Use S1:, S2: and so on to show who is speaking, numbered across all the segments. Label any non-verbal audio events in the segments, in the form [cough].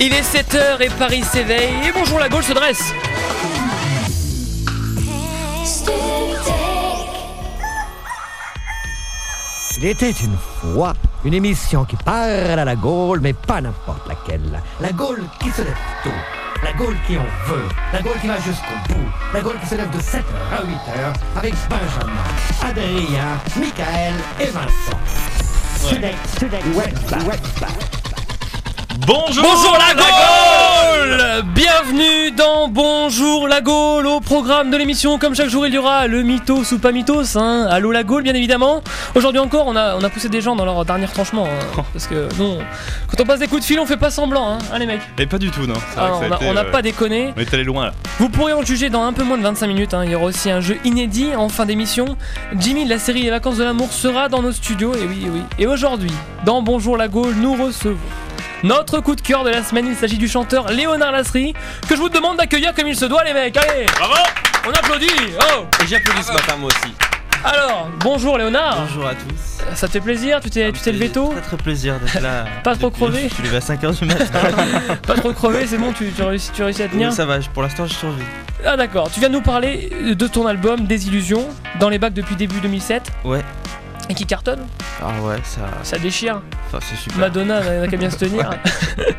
S1: Il est 7h et Paris s'éveille. Et bonjour, la gauche se dresse.
S2: Il était une fois une émission qui parle à la Gaule, mais pas n'importe laquelle. La Gaule qui se lève tôt. La Gaule qui en veut. La Gaule qui va jusqu'au bout. La Gaule qui se lève de 7h à 8h avec Benjamin, Adrien, Michael et Vincent. bah Sudec, Sudec, Webba.
S3: Bonjour,
S1: Bonjour, la Gaule Bienvenue dans Bonjour, la Gaule. Au programme de l'émission, comme chaque jour, il y aura le mythos ou pas mythos. Hein. Allô, la Gaule, bien évidemment. Aujourd'hui encore, on a, on a poussé des gens dans leur dernier tranchement. hein, parce que, non, quand on passe des coups de fil, on fait pas semblant. Hein, hein, les mecs.
S3: Et pas du tout, non. C'est
S1: Ah,
S3: vrai que ça
S1: on
S3: a
S1: n'a
S3: été, euh,
S1: pas déconné.
S3: On est allé loin là.
S1: Vous pourrez en juger dans un peu moins de 25 minutes. hein. Il y aura aussi un jeu inédit en fin d'émission. Jimmy de la série Les Vacances de l'amour sera dans nos studios. Et oui, et oui. Et aujourd'hui, dans Bonjour la Gaule, nous recevons notre coup de cœur de la semaine. Il s'agit du chanteur Léonard Lasserie, que je vous demande d'accueillir comme il se doit, les mecs. Allez,
S3: Bravo
S1: on applaudit. Oh
S4: Et j'applaudis ce matin moi aussi.
S1: Alors, bonjour Léonard.
S4: Bonjour à tous.
S1: Ça te fait plaisir Tu t'es, tu t'es levé tôt
S4: Très très plaisir d'être là.
S1: [laughs] Pas trop
S4: Depuis-
S1: crevé
S4: Je suis levé à 5h du matin.
S1: [laughs] Pas trop crevé, c'est bon, tu, tu réussis, tu réussis à tenir
S4: Mais ça va, je- pour l'instant je survis.
S1: Ah d'accord, tu viens de nous parler de ton album Désillusion, dans les bacs depuis début 2007.
S4: Ouais.
S1: Et qui cartonne
S4: Ah ouais, ça.
S1: Ça déchire.
S4: Enfin, c'est super.
S1: Madonna n'a n'a qu'à bien se tenir.
S3: [laughs]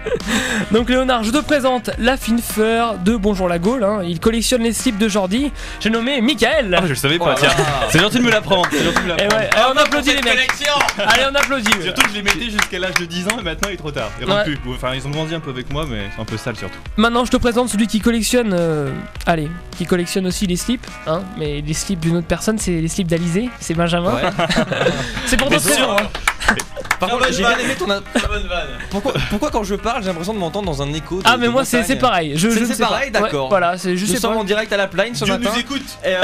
S1: Donc Léonard, je te présente la fine fleur de Bonjour la Gaule. hein. Il collectionne les slips de Jordi. J'ai nommé Michael.
S3: Ah, je le savais
S4: Oh
S3: pas,
S4: là
S3: tiens.
S4: là.
S3: C'est gentil de me l'apprendre. C'est gentil de me
S1: Et
S3: l'apprendre.
S1: ouais, allez, Ah, on applaudit les mecs. [laughs] Allez, on applaudit. ouais.
S3: Surtout que je les mettais jusqu'à l'âge de 10 ans et maintenant il est trop tard. Ils rentrent
S1: Ouais.
S3: plus. Enfin, ils ont grandi un peu avec moi, mais c'est un peu sale surtout.
S1: Maintenant, je te présente celui qui collectionne. euh, Allez, qui collectionne aussi les slips. Hein, mais les slips d'une autre personne, c'est les slips d'Alizé. C'est Benjamin. [laughs]
S4: Ouais.
S1: [laughs] C'est
S4: Ah
S1: pour d'autres raisons. hein.
S4: Par
S5: Très
S4: contre,
S5: bonne
S4: j'ai
S5: vanne.
S4: bien aimé ton. in-
S5: Très bonne vanne.
S4: Pourquoi, pourquoi quand je parle, j'ai l'impression de m'entendre dans un écho de-
S1: Ah, mais
S4: de
S1: moi, c'est
S4: montagne
S1: c'est pareil. Je,
S4: C'est-
S1: je ne
S4: c'est
S1: sais pas.
S4: pareil, d'accord.
S1: Ouais, voilà, c'est je
S4: Nous
S1: sais
S4: sommes
S1: pas.
S4: en direct à la plaine ce
S3: Dieu
S4: matin.
S3: nous
S4: [laughs]
S3: écoute
S4: Et,
S6: [laughs]
S4: euh,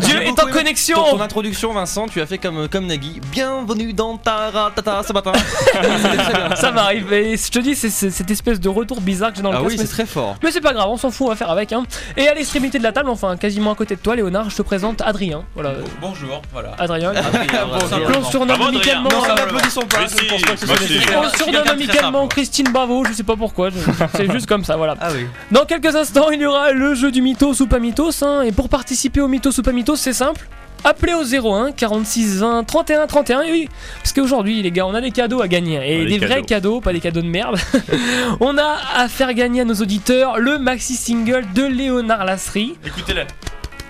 S1: Dieu
S4: j'ai
S1: est
S4: beaucoup
S1: en
S4: aimé
S1: connexion.
S4: Ton, ton introduction, Vincent, tu as fait comme, comme Nagui. Bienvenue dans ta ratata ce matin. C'était très
S1: [laughs]
S4: bien.
S1: Ça m'arrive. Et je te dis, c'est c'est cette espèce de retour bizarre que j'ai dans le
S4: Ah
S1: casque,
S4: oui,
S1: mais
S4: c'est très fort.
S1: Mais c'est pas grave, on s'en fout, on va faire avec. Hein. Et à l'extrémité de la table, enfin quasiment à côté de toi, Léonard, je te présente Adrien. Voilà, euh,
S5: Bonjour, voilà.
S1: Adrien.
S3: Ah,
S1: [laughs]
S5: Bonjour.
S1: Que l'on surnomme
S3: Bravo, Adrien.
S1: amicalement.
S4: Non,
S1: euh,
S4: n'applaudissons pas.
S3: Mais si,
S4: je pense pas que ce
S3: moi
S4: soit
S3: aussi.
S4: nécessaire.
S1: on surnomme
S5: quelqu'un de très
S1: amicalement
S3: hein.
S5: simple.
S1: Christine Bravo, je sais pas
S3: [laughs]
S1: pourquoi, je- c'est juste comme ça, voilà.
S4: Ah oui.
S1: Dans quelques instants, il y aura le jeu du mythos ou pas mythos, hein, et pour participer au mythos ou pas mythos, c'est simple. Appelez au 01 46 20 31 31, et oui, parce qu'aujourd'hui, les gars, on a des cadeaux à gagner, et
S3: Ouais,
S1: des
S3: des
S1: vrais
S3: cadeaux.
S1: cadeaux, pas des cadeaux de merde. [laughs] on a à faire gagner à nos auditeurs le maxi single de Léonard Lasserie.
S3: Écoutez-la.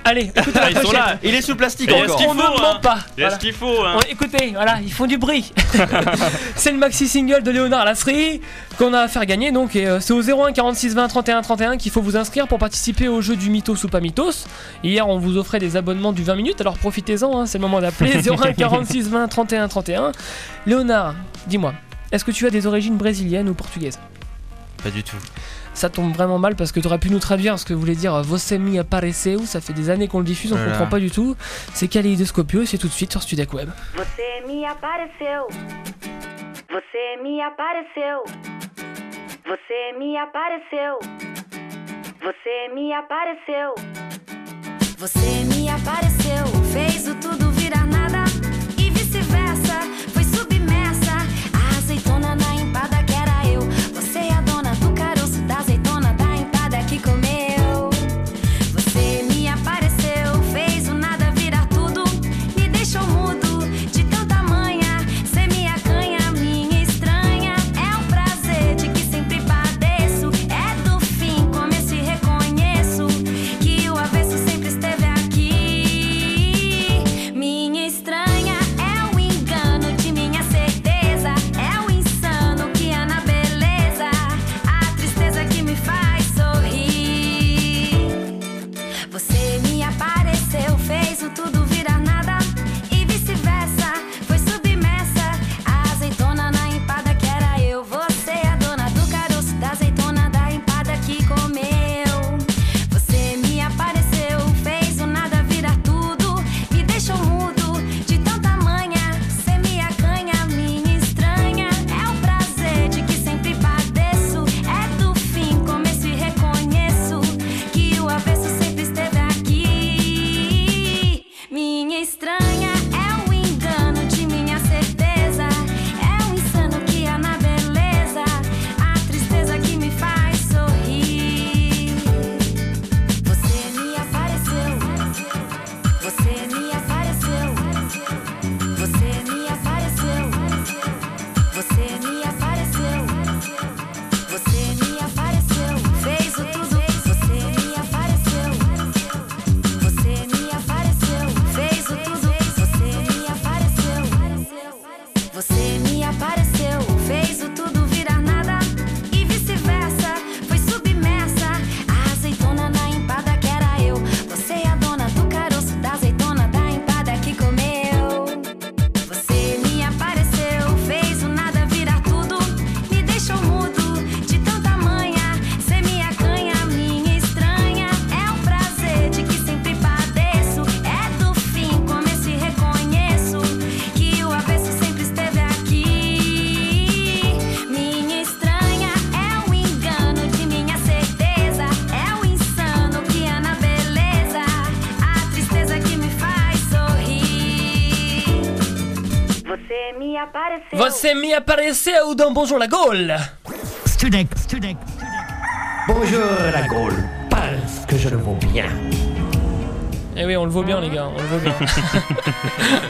S1: Allez, écoutez la
S3: Ah, ils sont
S1: pochette.
S3: là.
S4: Il est sous plastique
S3: Et
S4: encore.
S3: qu'il
S1: On ne
S3: faut,
S1: ment
S3: hein.
S1: pas.
S3: Il y a
S1: Voilà.
S3: ce qu'il faut, hein.
S1: Ouais, écoutez, voilà, ils font
S3: [laughs]
S1: du bruit. c'est le maxi single de Léonard Lasserie qu'on a à faire gagner. Donc, et, euh, c'est au 01 46 20 31 31 qu'il faut vous inscrire pour participer au jeu du Mythos ou pas Mythos. Hier, on vous offrait des abonnements du 20 minutes, alors profitez-en, hein, c'est le
S3: [laughs]
S1: moment d'appeler. 01 46 20 31 31. Léonard, dis-moi, est-ce que tu as des origines brésiliennes ou portugaises
S4: Pas du tout.
S1: ça tombe vraiment mal parce que tu aurais pu nous traduire ce que voulait dire Vosemi Apareceu, ça fait des années qu'on le diffuse, on
S4: Voilà.
S1: comprend pas du tout. C'est Kaléidoscopio, c'est tout de suite sur Studec Web.
S7: Você me apareceu. Você me apareceu. Você me apareceu. Você me apareceu. Você me apareceu, fez o tudo virar nada e vice-versa. Foi submersa a azeitona na empada que era eu. Você é a dona do caroço da azeitona da empada que comeu. Você me apareceu, fez o nada virar tudo, me deixou mudo de tão tamanha. Cê me acanha, minha estranha. É o prazer de que sempre padeço. É do fim, como eu se reconheço. Que o avesso sempre esteve aqui. é um é é É um é um É um Você me apareceu, fez o tudo virar nada e vice-versa. Foi submersa a azeitona na empada que era eu. Você é a dona do caroço da azeitona da empada que comeu. Você me apareceu, fez o nada virar tudo, me deixou mudo de tanta manha. Cê me acanha, minha estranha. É o prazer de que sempre padeço. É do fim, como esse reconheço que o avesso sempre esteve aqui. Minha estranha é o engano de minha certeza. É o insano que há na beleza. A tristeza que me faz sorrir. Você me apareceu.
S1: Você me apareceu dans Bonjour la Gaule
S2: Studek, Studek, Studek. Bonjour la Gaule, parce que je le vaux bien.
S1: Eh oui, on le vaut bien, les gars, on le vaut
S4: [laughs]
S1: bien.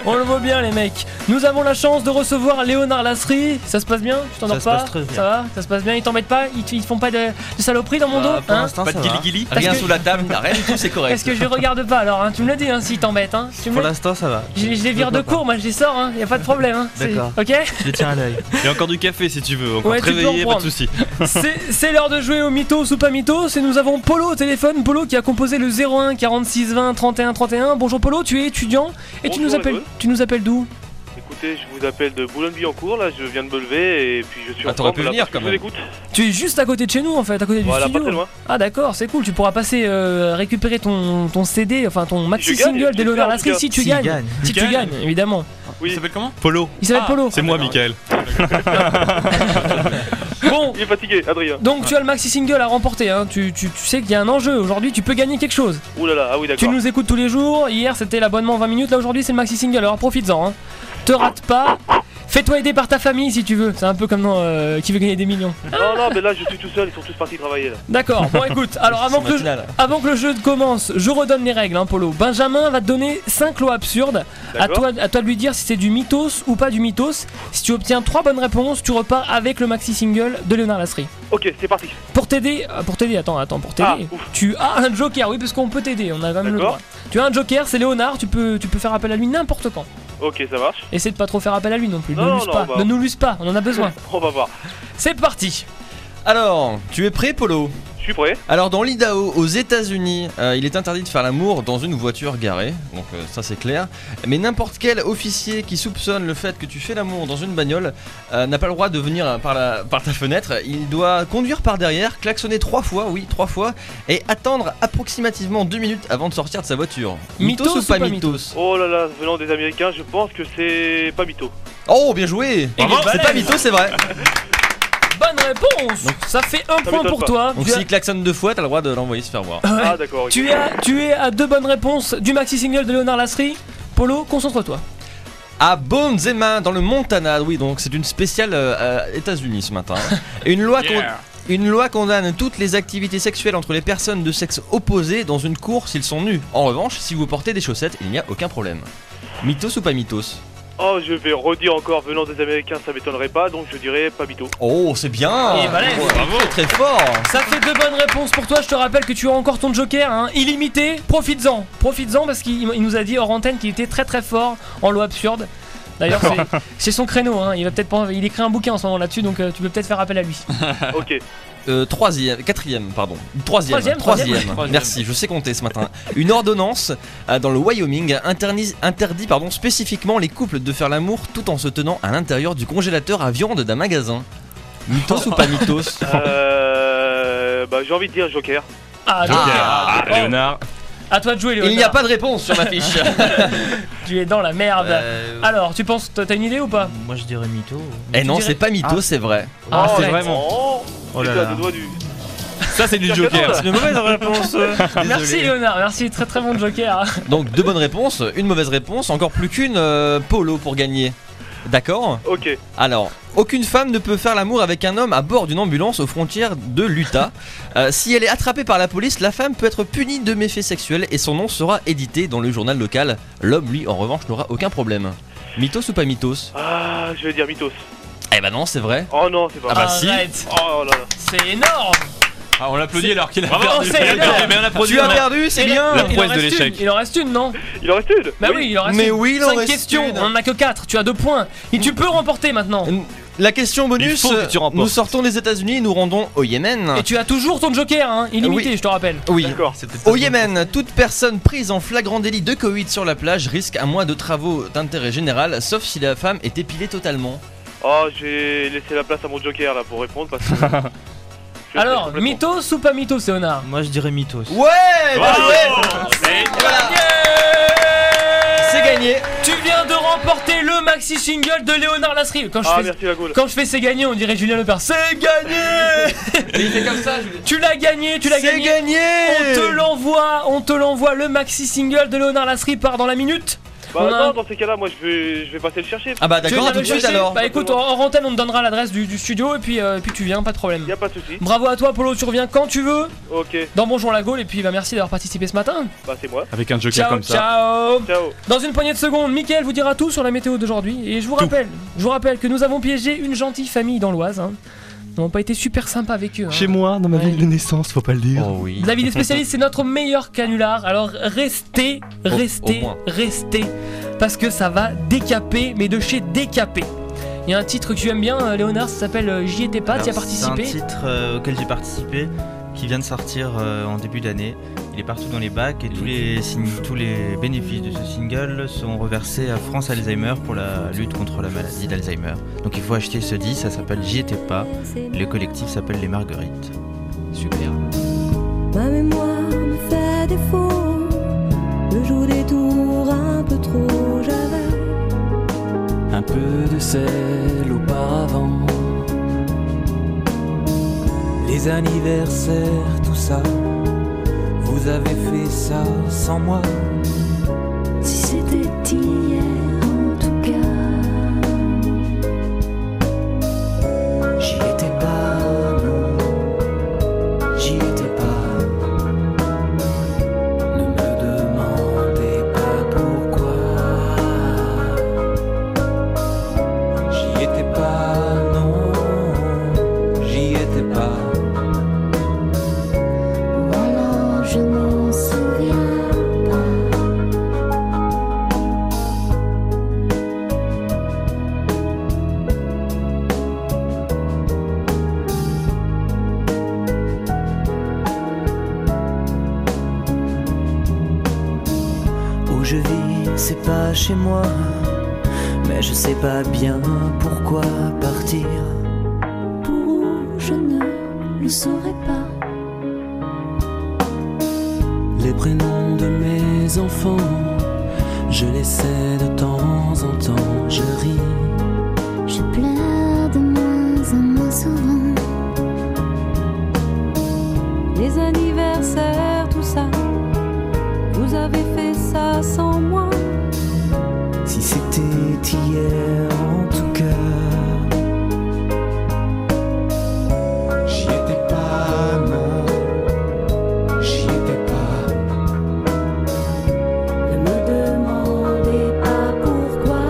S1: on le vaut bien, les mecs. Nous avons la chance de recevoir Léonard Lasserie. Ça se passe bien Tu t'endors
S4: Ça se
S1: pas
S4: passe très bien.
S1: Ça va Ça se passe bien Ils t'embêtent pas ils, te- ils te font pas de, de saloperies dans mon dos
S4: Ah, Pour
S1: hein
S4: l'instant,
S3: Pas
S4: ça
S3: de
S4: va.
S3: guili-guili
S4: Rien
S1: Parce que-
S4: sous la table, t'as rien du tout, c'est correct.
S1: Est-ce que je les regarde pas alors hein Tu me le dis hein, s'ils t'embêtent. Hein tu me
S4: Pour
S1: le-
S4: l'instant, ça va.
S1: je, les- je les vire de cours, moi je les sors, hein. y a pas de problème. Hein. C'est-
S4: D'accord.
S1: Ok [laughs]
S4: Je tiens à l'œil.
S3: [laughs] Il y a encore du café si tu veux. Encore
S1: Ouais,
S3: ouais,
S1: tu peux en
S3: réveillé, pas
S1: prendre.
S3: de soucis.
S1: [laughs] C'est c'est l'heure de jouer au Mythos ou pas Mythos et nous avons Polo au téléphone. Polo qui a composé le 01 46 20 31 31. Bonjour Polo, tu es étudiant et tu
S5: Bonjour
S1: nous
S5: à
S1: appelles
S5: tous.
S1: tu nous appelles d'où
S5: [laughs] Écoutez, je vous appelle de Boulogne-Billancourt, là, je viens de me lever et puis je suis
S4: Ah,
S5: en
S4: t'aurais
S5: train
S4: pu
S5: de là,
S4: venir,
S5: parce que
S4: quand
S5: je
S4: même.
S5: vous écoute.
S1: Tu es juste à côté de chez nous en fait, à côté du
S5: Voilà, pas
S1: studio.
S5: très loin.
S1: Ah d'accord, c'est cool, tu pourras passer euh, récupérer ton, ton CD, enfin ton maxi
S5: je gagne,
S1: single
S5: je
S1: d'Eleonore
S5: gagne,
S1: Lasserie
S5: je
S1: si tu
S4: S'il
S1: gagnes.
S4: gagne.
S1: Si tu
S3: Gagne.
S1: gagnes, évidemment.
S5: Oui,
S3: comment Polo.
S1: Il s'appelle
S5: Ah,
S1: Polo.
S3: C'est moi, Michael.
S1: Bon,
S5: [laughs] il est fatigué, Adrien.
S1: donc tu as le maxi single à remporter, hein. tu, tu- tu sais qu'il y a un enjeu, aujourd'hui tu peux gagner quelque chose.
S5: Ouh là là, ah oui,
S1: Tu
S5: d'accord.
S1: nous écoutes tous les jours. Hier, c'était l'abonnement 20 minutes. Là, aujourd'hui, c'est le maxi single. Alors, profites-en. hein. Te rate pas. Fais-toi aider par ta famille si tu veux. C'est un peu comme dans euh, Qui veut gagner des millions.
S5: Non, non, mais là, je suis tout seul, ils sont tous partis travailler, là.
S1: D'accord. Bon,
S8: [laughs]
S1: écoute. Alors, avant que, le, avant que le jeu ne commence, je redonne les règles, hein, Polo. Benjamin va te donner 5 lois absurdes. À
S5: D'accord
S1: toi, à toi de lui dire si c'est du mythos ou pas du mythos. Si tu obtiens 3 bonnes réponses, tu repars avec le maxi single de Léonard Lasserie.
S5: Ok, c'est parti.
S1: Pour t'aider, euh, pour t'aider, attends, attends, pour t'aider,
S5: Ah, ouf.
S1: tu as un joker, oui, parce qu'on peut t'aider, on a quand même le
S5: D'accord.
S1: droit. Tu as un joker, c'est Léonard, tu peux, tu peux faire appel à lui n'importe quand.
S5: Ok, ça marche.
S1: Essaie de pas trop faire appel à lui non plus,
S5: Non,
S1: ne
S5: non,
S1: l'use
S5: non,
S1: pas,
S5: bah.
S1: ne nous l'use pas, on en
S5: [laughs]
S1: a besoin.
S5: On va voir.
S1: C'est parti
S4: Alors, tu es prêt, Polo
S5: Je suis prêt.
S4: Alors, dans l'Idaho, aux États-Unis, euh, il est interdit de faire l'amour dans une voiture garée. Donc, euh, ça, c'est clair. Mais n'importe quel officier qui soupçonne le fait que tu fais l'amour dans une bagnole euh, n'a pas le droit de venir euh, par, la- par ta fenêtre. Il doit conduire par derrière, klaxonner trois fois, oui, trois fois, et attendre approximativement deux minutes avant de sortir de sa voiture.
S1: Mythos ou pas
S4: mythos
S5: Oh là là, venant des Américains, je pense que c'est pas mytho.
S4: Oh, bien joué
S1: Il est
S4: Bravo, C'est
S1: balèze.
S4: pas mythos, c'est
S6: [laughs]
S4: vrai.
S1: Bonne réponse
S4: Donc-
S1: Ça fait un point
S5: m'étonne
S1: pour
S5: pas.
S1: toi.
S4: Donc
S1: tu, as-
S4: s'il klaxonne deux fois, t'as le droit de l'envoyer se faire voir.
S5: Ah, d'accord, ok.
S1: Euh, tu, as- tu es à deux bonnes réponses du maxi single de Léonard Lasserie. Polo, concentre-toi.
S4: À Bonzema, dans le Montana, oui, donc c'est une spéciale euh, euh, États-Unis
S1: [laughs]
S4: ce matin. Une loi, con- une loi condamne toutes les activités sexuelles entre les personnes de sexe opposé dans une cour s'ils sont nus. En revanche, si vous portez des chaussettes, il n'y a aucun problème. Mythos ou pas mythos
S5: Oh, je vais redire encore, venant des Américains, ça m'étonnerait pas, donc je dirais pas mytho.
S4: Oh, c'est bien
S1: Il est balèze.
S4: Bravo. Très fort
S1: Ça fait deux bonnes réponses pour toi. Je te rappelle que tu as encore ton joker, hein, illimité. Profites-en, profites-en parce qu'il il nous a dit hors antenne qu'il était très très fort en loi absurde. D'ailleurs, c'est- c'est son créneau. hein, Il va peut-être, pas- il écrit un bouquin en ce moment là-dessus, donc euh, tu peux peut-être faire appel à lui.
S5: Ok.
S4: Euh, troisième, quatrième, pardon. Troisième,
S1: Troisième,
S4: troisième.
S1: troisième.
S4: Merci, je sais compter ce matin. Une ordonnance euh, dans le Wyoming interdit, interdit pardon, spécifiquement les couples de faire l'amour tout en se tenant à l'intérieur du congélateur à viande d'un magasin. Mythos ou pas mythos
S5: Euh. Bah, j'ai envie de dire Joker.
S1: [laughs] Ah,
S4: Ah.
S1: joker.
S3: Ah, Léonard.
S1: À toi de jouer, Léonard.
S4: Il n'y a pas de réponse sur ma
S1: [laughs]
S4: fiche.
S1: Tu es dans la merde.
S4: Euh,
S1: Alors, tu penses, t'as t'as une idée ou pas
S9: Moi je dirais mytho.
S4: eh non,
S1: dirais-
S4: c'est pas mythos, c'est vrai.
S1: Ah,
S3: c'est
S1: ouais.
S3: vraiment.
S5: Oh,
S9: Oh là
S5: j'étais à
S9: là.
S5: deux doigts du.
S3: Ça, c'est du Joker.
S9: C'est une mauvaise
S4: [laughs]
S9: réponse.
S1: Merci, Léonard. Merci, très très bon joker.
S4: Donc deux bonnes réponses, une mauvaise réponse, encore plus qu'une euh, polo pour gagner. D'accord
S5: Ok.
S4: Alors, aucune femme ne peut faire l'amour avec un homme à bord d'une ambulance aux frontières de [laughs] l'Utah. Euh, si elle est attrapée par la police, la femme peut être punie de méfaits sexuels et son nom sera édité dans le journal local. L'homme, lui, en revanche, n'aura aucun problème. Mythos ou pas mythos
S5: Ah, je vais dire Mythos.
S4: Eh ben non, c'est vrai.
S5: Oh non, c'est pas
S4: Ah bah
S5: vrai.
S4: si.
S1: Arrête.
S5: Oh là là.
S1: C'est énorme.
S3: Ah, on l'applaudit alors qu'il a
S1: Bravo,
S3: perdu.
S1: on sait,
S3: Il a
S1: alors.
S3: perdu, mais on applaudit.
S4: Tu as
S3: on a-
S4: perdu, c'est
S1: Et
S4: bien.
S1: là,
S3: La
S1: il en
S3: prouesse de
S1: reste
S3: l'échec.
S1: une, Il en reste une, non
S5: Il en reste une
S1: Bah oui, il en reste
S4: Mais
S1: une.
S4: oui, il en
S1: 5
S4: reste
S1: questions,
S4: une.
S1: on en a que 4, tu as 2 points. Et tu peux remporter maintenant.
S4: La question
S3: Il
S4: bonus,
S3: faut que tu remportes.
S4: nous sortons des États-Unis et nous rendons au Yémen.
S1: Et tu as toujours ton joker, hein, illimité,
S4: Oui.
S1: je te rappelle.
S4: Oui. Oh,
S5: D'accord.
S4: Au Yémen, toute personne prise en flagrant délit de coït sur la plage risque un mois de travaux d'intérêt général, sauf si la femme est épilée totalement.
S5: Oh, j'ai laissé la place à mon joker là pour répondre parce que. Je
S1: Alors,
S5: sais complètement.
S1: mythos ou pas mythos, Léonard
S9: Moi je dirais mythos.
S4: Ouais,
S1: Eh ben,
S4: bah bien
S3: Bravo.
S4: joué. Voilà, c'est gagné.
S1: Tu viens de remporter le maxi single de Léonard Lasserie. Quand je
S5: Ah,
S1: fais
S5: merci la goule.
S1: Quand je fais c'est gagné, on dirait Julien Lepers. C'est gagné Tu l'as gagné, tu l'as
S4: C'est
S1: gagné.
S4: gagné.
S1: On te l'envoie, on te l'envoie le maxi single de Léonard Lasserie part dans la minute.
S5: Bah,
S1: on a un-
S5: non, dans ces cas-là, moi je vais, je vais passer le chercher.
S4: Ah bah
S1: Tu
S4: d'accord,
S1: viens
S4: à tout
S1: le
S4: de suite
S1: chercher
S4: alors.
S1: Bah écoute, en en antenne, on te donnera l'adresse du, du studio et puis, euh, et puis tu viens, pas de problème.
S5: Y a pas de soucis.
S1: Bravo à toi, Polo, tu reviens quand tu veux
S5: Ok,
S1: dans Bonjour la Gaule et puis bah, merci d'avoir participé ce matin.
S5: bah c'est moi.
S3: Avec un joker
S1: Ciao,
S3: comme ça.
S1: ciao
S5: Ciao.
S1: Dans une poignée de secondes, Mickaël vous dira tout sur la météo d'aujourd'hui. Et je vous rappelle, je vous rappelle que nous avons piégé une gentille famille dans l'Oise. hein. Ils n'ont pas été super sympas avec eux. hein.
S9: moi, dans ma
S1: Ouais. ville
S9: de naissance, faut pas le dire.
S4: Oh oui.
S1: L'avis des spécialistes, c'est notre meilleur canular. Alors restez, restez,
S4: au moins.
S1: restez. Parce que ça va décaper, mais de chez décaper. Il y a un titre que tu aimes bien, euh, Léonard, ça s'appelle euh, J'y étais pas, tu y as
S9: Alors,
S1: participé.
S9: C'est un titre euh, auquel j'ai participé qui vient de sortir euh, en début d'année. Il est partout dans les bacs et tous les, sing- tous les bénéfices de ce single sont reversés à France Alzheimer pour la lutte contre la maladie d'Alzheimer. Donc il faut acheter ce disque, ça s'appelle J'y étais pas. Le collectif s'appelle Les Marguerites.
S1: Super.
S10: Ma mémoire me fait défaut. Je joue des tours un peu trop. J'avais
S11: un peu de sel auparavant. Les anniversaires, tout ça, vous avez fait ça sans moi.
S10: Si c'était hier en tout cas.
S11: J'y étais pas, non. j'y étais pas. Ne me demandez pas pourquoi. J'y étais pas, non. J'y étais pas.
S10: Voilà, je m'en souviens pas.
S11: Où je vis, c'est pas chez moi. Mais je sais pas bien pourquoi partir.
S10: Pour où je ne le saurais pas.
S11: Les prénoms de mes enfants, je les sais de temps en temps. Je ris,
S10: Je pleure de moins en moins souvent. Les anniversaires, tout ça. Vous avez fait ça sans moi.
S11: si c'était hier en tout cas. J'y étais pas, non, j'y étais pas.
S10: Ne me demandez pas pourquoi.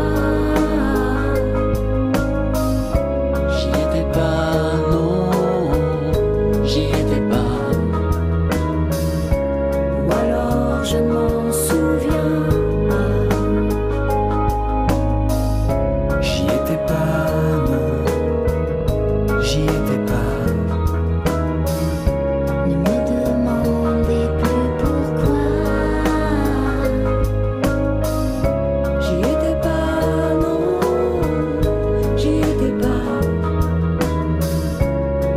S11: J'y étais pas, non, j'y étais pas.
S10: Ou alors je m'en souviens pas.
S11: J'y étais pas, non, j'y étais pas.
S10: Ne me demandez plus pourquoi. J'y étais pas, non, j'y étais pas.